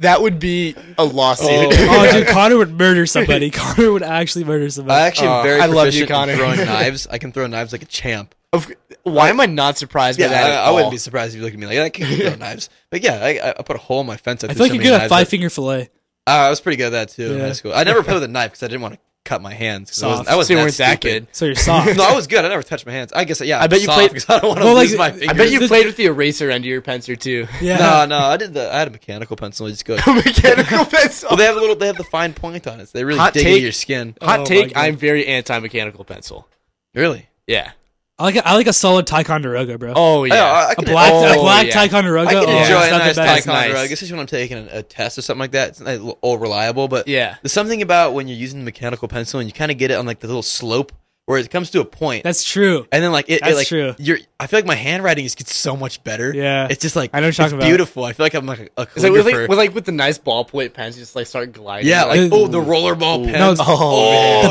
Speaker 3: That would be a lawsuit.
Speaker 2: oh, dude, Connor would murder somebody. Connor would actually murder somebody.
Speaker 4: I actually am
Speaker 3: Uh,
Speaker 4: very
Speaker 3: I
Speaker 4: I
Speaker 3: love you,
Speaker 4: proficient love
Speaker 3: Connor.
Speaker 4: in throwing knives. I can throw knives like a champ.
Speaker 3: Of- Why am I not surprised
Speaker 4: Yeah,
Speaker 3: by that?
Speaker 4: I,
Speaker 3: at
Speaker 4: I wouldn't
Speaker 3: all?
Speaker 4: be surprised if you looked at me like that. I can throw knives, but yeah, I, I- I put a hole in my fence.
Speaker 2: I feel like you
Speaker 4: could
Speaker 2: could get a five finger fillet.
Speaker 4: Uh, I was pretty good at that too in
Speaker 2: Yeah.
Speaker 4: high school. I never played with a knife because I didn't want to cut my hands. 'cause I wasn't,
Speaker 2: Soft.
Speaker 4: I wasn't
Speaker 3: So you
Speaker 4: that,
Speaker 3: weren't that
Speaker 4: stupid.
Speaker 3: good.
Speaker 2: So you're soft.
Speaker 4: No, I was good. I never touched my hands. I guess yeah.
Speaker 3: I bet you played-
Speaker 4: 'cause I don't want to
Speaker 2: Well, like,
Speaker 4: lose my
Speaker 2: I
Speaker 4: fingers.
Speaker 3: I bet you
Speaker 2: This-
Speaker 3: played with the eraser under your pencil too.
Speaker 2: yeah.
Speaker 4: No, no, I did the. I had a mechanical pencil. It's good.
Speaker 3: Mechanical pencil.
Speaker 4: well, they have a little. They have the fine point on it. So they really
Speaker 3: Hot
Speaker 4: dig
Speaker 3: take.
Speaker 4: into your skin.
Speaker 3: Hot
Speaker 2: Oh my
Speaker 3: take:
Speaker 2: God.
Speaker 3: I'm very anti-mechanical pencil.
Speaker 4: Really?
Speaker 3: Yeah.
Speaker 2: I like a, I like a solid Ticonderoga, bro.
Speaker 3: Oh yeah.
Speaker 4: I, I, I
Speaker 2: a
Speaker 4: can,
Speaker 2: black a
Speaker 3: oh,
Speaker 2: black
Speaker 3: yeah.
Speaker 4: I
Speaker 2: Ticonderoga.
Speaker 4: can
Speaker 2: oh,
Speaker 4: enjoy
Speaker 2: it's
Speaker 4: a
Speaker 2: not the
Speaker 4: nice
Speaker 2: best.
Speaker 4: Ticonderoga,
Speaker 3: Nice.
Speaker 4: especially when I'm taking a, a test or something like that. It's not l- all reliable, but
Speaker 3: Yeah.
Speaker 4: there's something about when you're using the mechanical pencil and you kind of get it on like the little slope where it comes to a point.
Speaker 2: That's true.
Speaker 4: and then like it, it,
Speaker 2: That's
Speaker 4: like
Speaker 2: true.
Speaker 4: you're I feel like my handwriting is gets so much better.
Speaker 2: Yeah.
Speaker 4: It's just like
Speaker 2: I know what you're
Speaker 4: it's
Speaker 2: talking about.
Speaker 4: beautiful. I feel like I'm like a, a
Speaker 3: It's like with,
Speaker 4: calligrapher.
Speaker 3: like with like with the nice ballpoint pens, you just like start gliding.
Speaker 4: yeah, like
Speaker 2: Ooh.
Speaker 4: oh the rollerball pen.
Speaker 2: No,
Speaker 4: oh,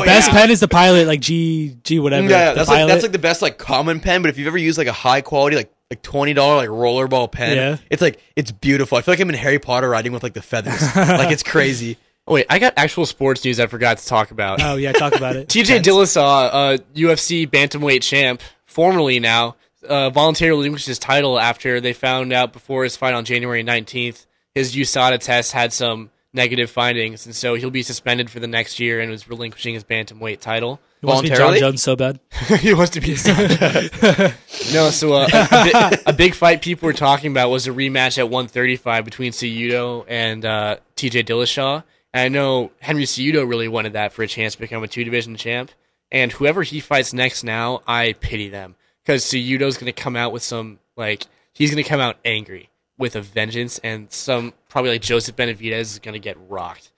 Speaker 2: the best
Speaker 4: yeah.
Speaker 2: pen is the pilot, like G G
Speaker 4: Yeah,
Speaker 2: whatever.
Speaker 4: yeah,
Speaker 2: the
Speaker 4: that's like
Speaker 2: pilot.
Speaker 4: that's like the best like common pen, but if you've ever used like a high quality like like twenty dollar like rollerball pen,
Speaker 2: Yeah.
Speaker 4: it's like it's beautiful. I feel like I'm in Harry Potter riding with like the feathers. like it's crazy.
Speaker 3: oh, wait, I got actual sports news I forgot to talk about.
Speaker 2: oh yeah, talk about it.
Speaker 3: TJ Dillashaw, uh, UFC bantamweight champ, formerly now, uh, voluntarily relinquished his title after they found out before his fight on January 19th, his USADA test had some negative findings, and so he'll be suspended for the next year and was relinquishing his bantamweight title.
Speaker 2: He wants to be John
Speaker 4: Voluntarily?
Speaker 2: Jones so bad.
Speaker 3: he wants to be a star. no, so uh, a, a, bi- a big fight people were talking about was a rematch at 135 between Cejudo and uh, TJ Dillashaw. And I know Henry Cejudo really wanted that for a chance to become a two division champ. And whoever he fights next now, I pity them because Cejudo's going to come out with some like he's going to come out angry with a vengeance, and some probably like Joseph Benavidez is going to get rocked.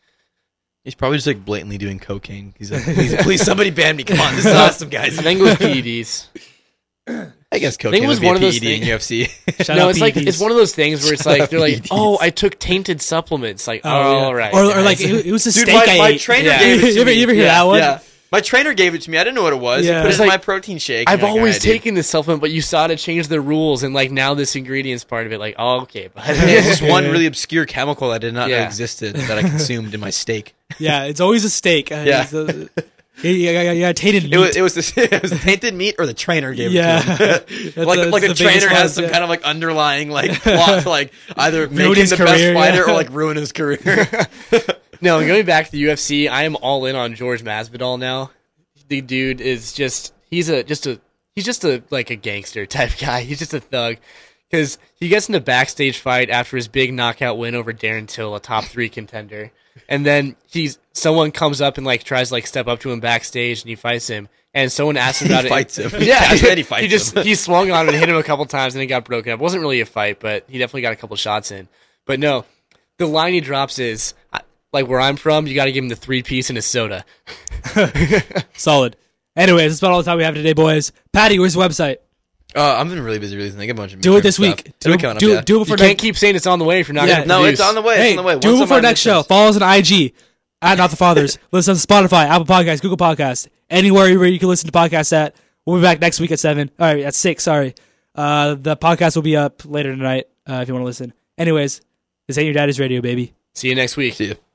Speaker 4: He's probably just like blatantly doing cocaine. He's like, please, please somebody ban me. Come on, this is awesome, guys.
Speaker 3: And then goes PEDs.
Speaker 4: I guess cocaine
Speaker 3: it was
Speaker 4: would be
Speaker 3: one
Speaker 4: a
Speaker 3: of those
Speaker 4: PED in UFC.
Speaker 2: Shout
Speaker 3: no,
Speaker 2: out E
Speaker 3: it's like
Speaker 2: PEDs.
Speaker 3: it's one of those things where it's like they're like,
Speaker 4: PEDs.
Speaker 3: oh, I took tainted supplements. Like, oh,
Speaker 2: yeah.
Speaker 3: all right.
Speaker 2: Or, or
Speaker 3: guys.
Speaker 2: like it, it was a
Speaker 4: Dude,
Speaker 2: steak
Speaker 4: my-
Speaker 2: I
Speaker 4: my
Speaker 2: ate.
Speaker 4: trainer
Speaker 2: yeah.
Speaker 4: gave it to
Speaker 2: you ever,
Speaker 4: me.
Speaker 2: you ever hear that one?
Speaker 4: Yeah. My trainer gave it to me. I didn't know what it was.
Speaker 2: Yeah.
Speaker 4: He put it
Speaker 2: It's
Speaker 4: in my
Speaker 3: like-
Speaker 4: protein shake.
Speaker 3: I've
Speaker 4: Like,
Speaker 3: always
Speaker 4: "Alright, dude."
Speaker 3: taken this supplement, but you saw to change the rules, and like now this ingredients part of it. Like, oh, okay, but
Speaker 4: Yeah, it's just one really obscure chemical I did not know
Speaker 3: Yeah.
Speaker 4: existed that I consumed in my steak.
Speaker 2: Yeah, it's always a steak. Uh,
Speaker 4: Yeah.
Speaker 2: it's the- yeah, yeah, yeah, yeah, tainted meat.
Speaker 4: It was, it was this it was tainted meat or the trainer gave
Speaker 2: Yeah.
Speaker 4: it to him.
Speaker 2: That's
Speaker 4: like
Speaker 2: a-
Speaker 4: like the
Speaker 2: that's the biggest
Speaker 4: trainer has
Speaker 2: one,
Speaker 4: some
Speaker 2: yeah.
Speaker 4: kind of like underlying like plot to like either make him
Speaker 2: his
Speaker 4: the
Speaker 2: career,
Speaker 4: best fighter
Speaker 2: yeah.
Speaker 4: or like ruin his career.
Speaker 3: no. Going back to the UFC, I am all in on George Masvidal now. The dude is just he's a just a he's just a like a gangster type guy. He's just a thug because he gets in a backstage fight after his big knockout win over Darren Till, a top three contender, and then he's someone comes up and like tries to like step up to him backstage and he fights him. And someone asks him about it.
Speaker 4: fights him.
Speaker 3: Yeah,
Speaker 4: Cash Daddy fights
Speaker 3: he just
Speaker 4: him.
Speaker 3: he swung on him and hit him a couple times, and it got broken up. It wasn't really a fight, but he definitely got a couple shots in. But no, the line he drops is I- like where I'm from, you got to give him the three piece and a soda.
Speaker 2: solid. Anyways, that's about all the time we have today, boys. Patty, where's the website?
Speaker 4: uh, I've been really busy recently. I get a bunch of
Speaker 2: Do it
Speaker 4: midterm
Speaker 2: this
Speaker 4: stuff.
Speaker 2: week. Do,
Speaker 4: It'll be coming up,
Speaker 2: do,
Speaker 4: yeah.
Speaker 2: do it
Speaker 3: You
Speaker 2: before
Speaker 3: can't
Speaker 2: next.
Speaker 3: keep saying it's on the way if you're not
Speaker 2: Yeah.
Speaker 3: gonna
Speaker 4: No,
Speaker 3: produce.
Speaker 4: it's on the way.
Speaker 2: Hey,
Speaker 4: it's on the way.
Speaker 2: do
Speaker 4: Once
Speaker 2: it
Speaker 4: I'm
Speaker 2: before
Speaker 4: on
Speaker 2: next show.
Speaker 4: missions-
Speaker 2: Follow us on IG at Not the Fathers. listen on Spotify, Apple Podcasts, Google Podcasts, anywhere where you can listen to podcasts at. We'll be back next week at seven. All right, at six. Sorry. Uh, the podcast will be up later tonight uh, if you want to listen. Anyways, this ain't your daddy's radio, baby.
Speaker 3: See you next week.
Speaker 4: See ya.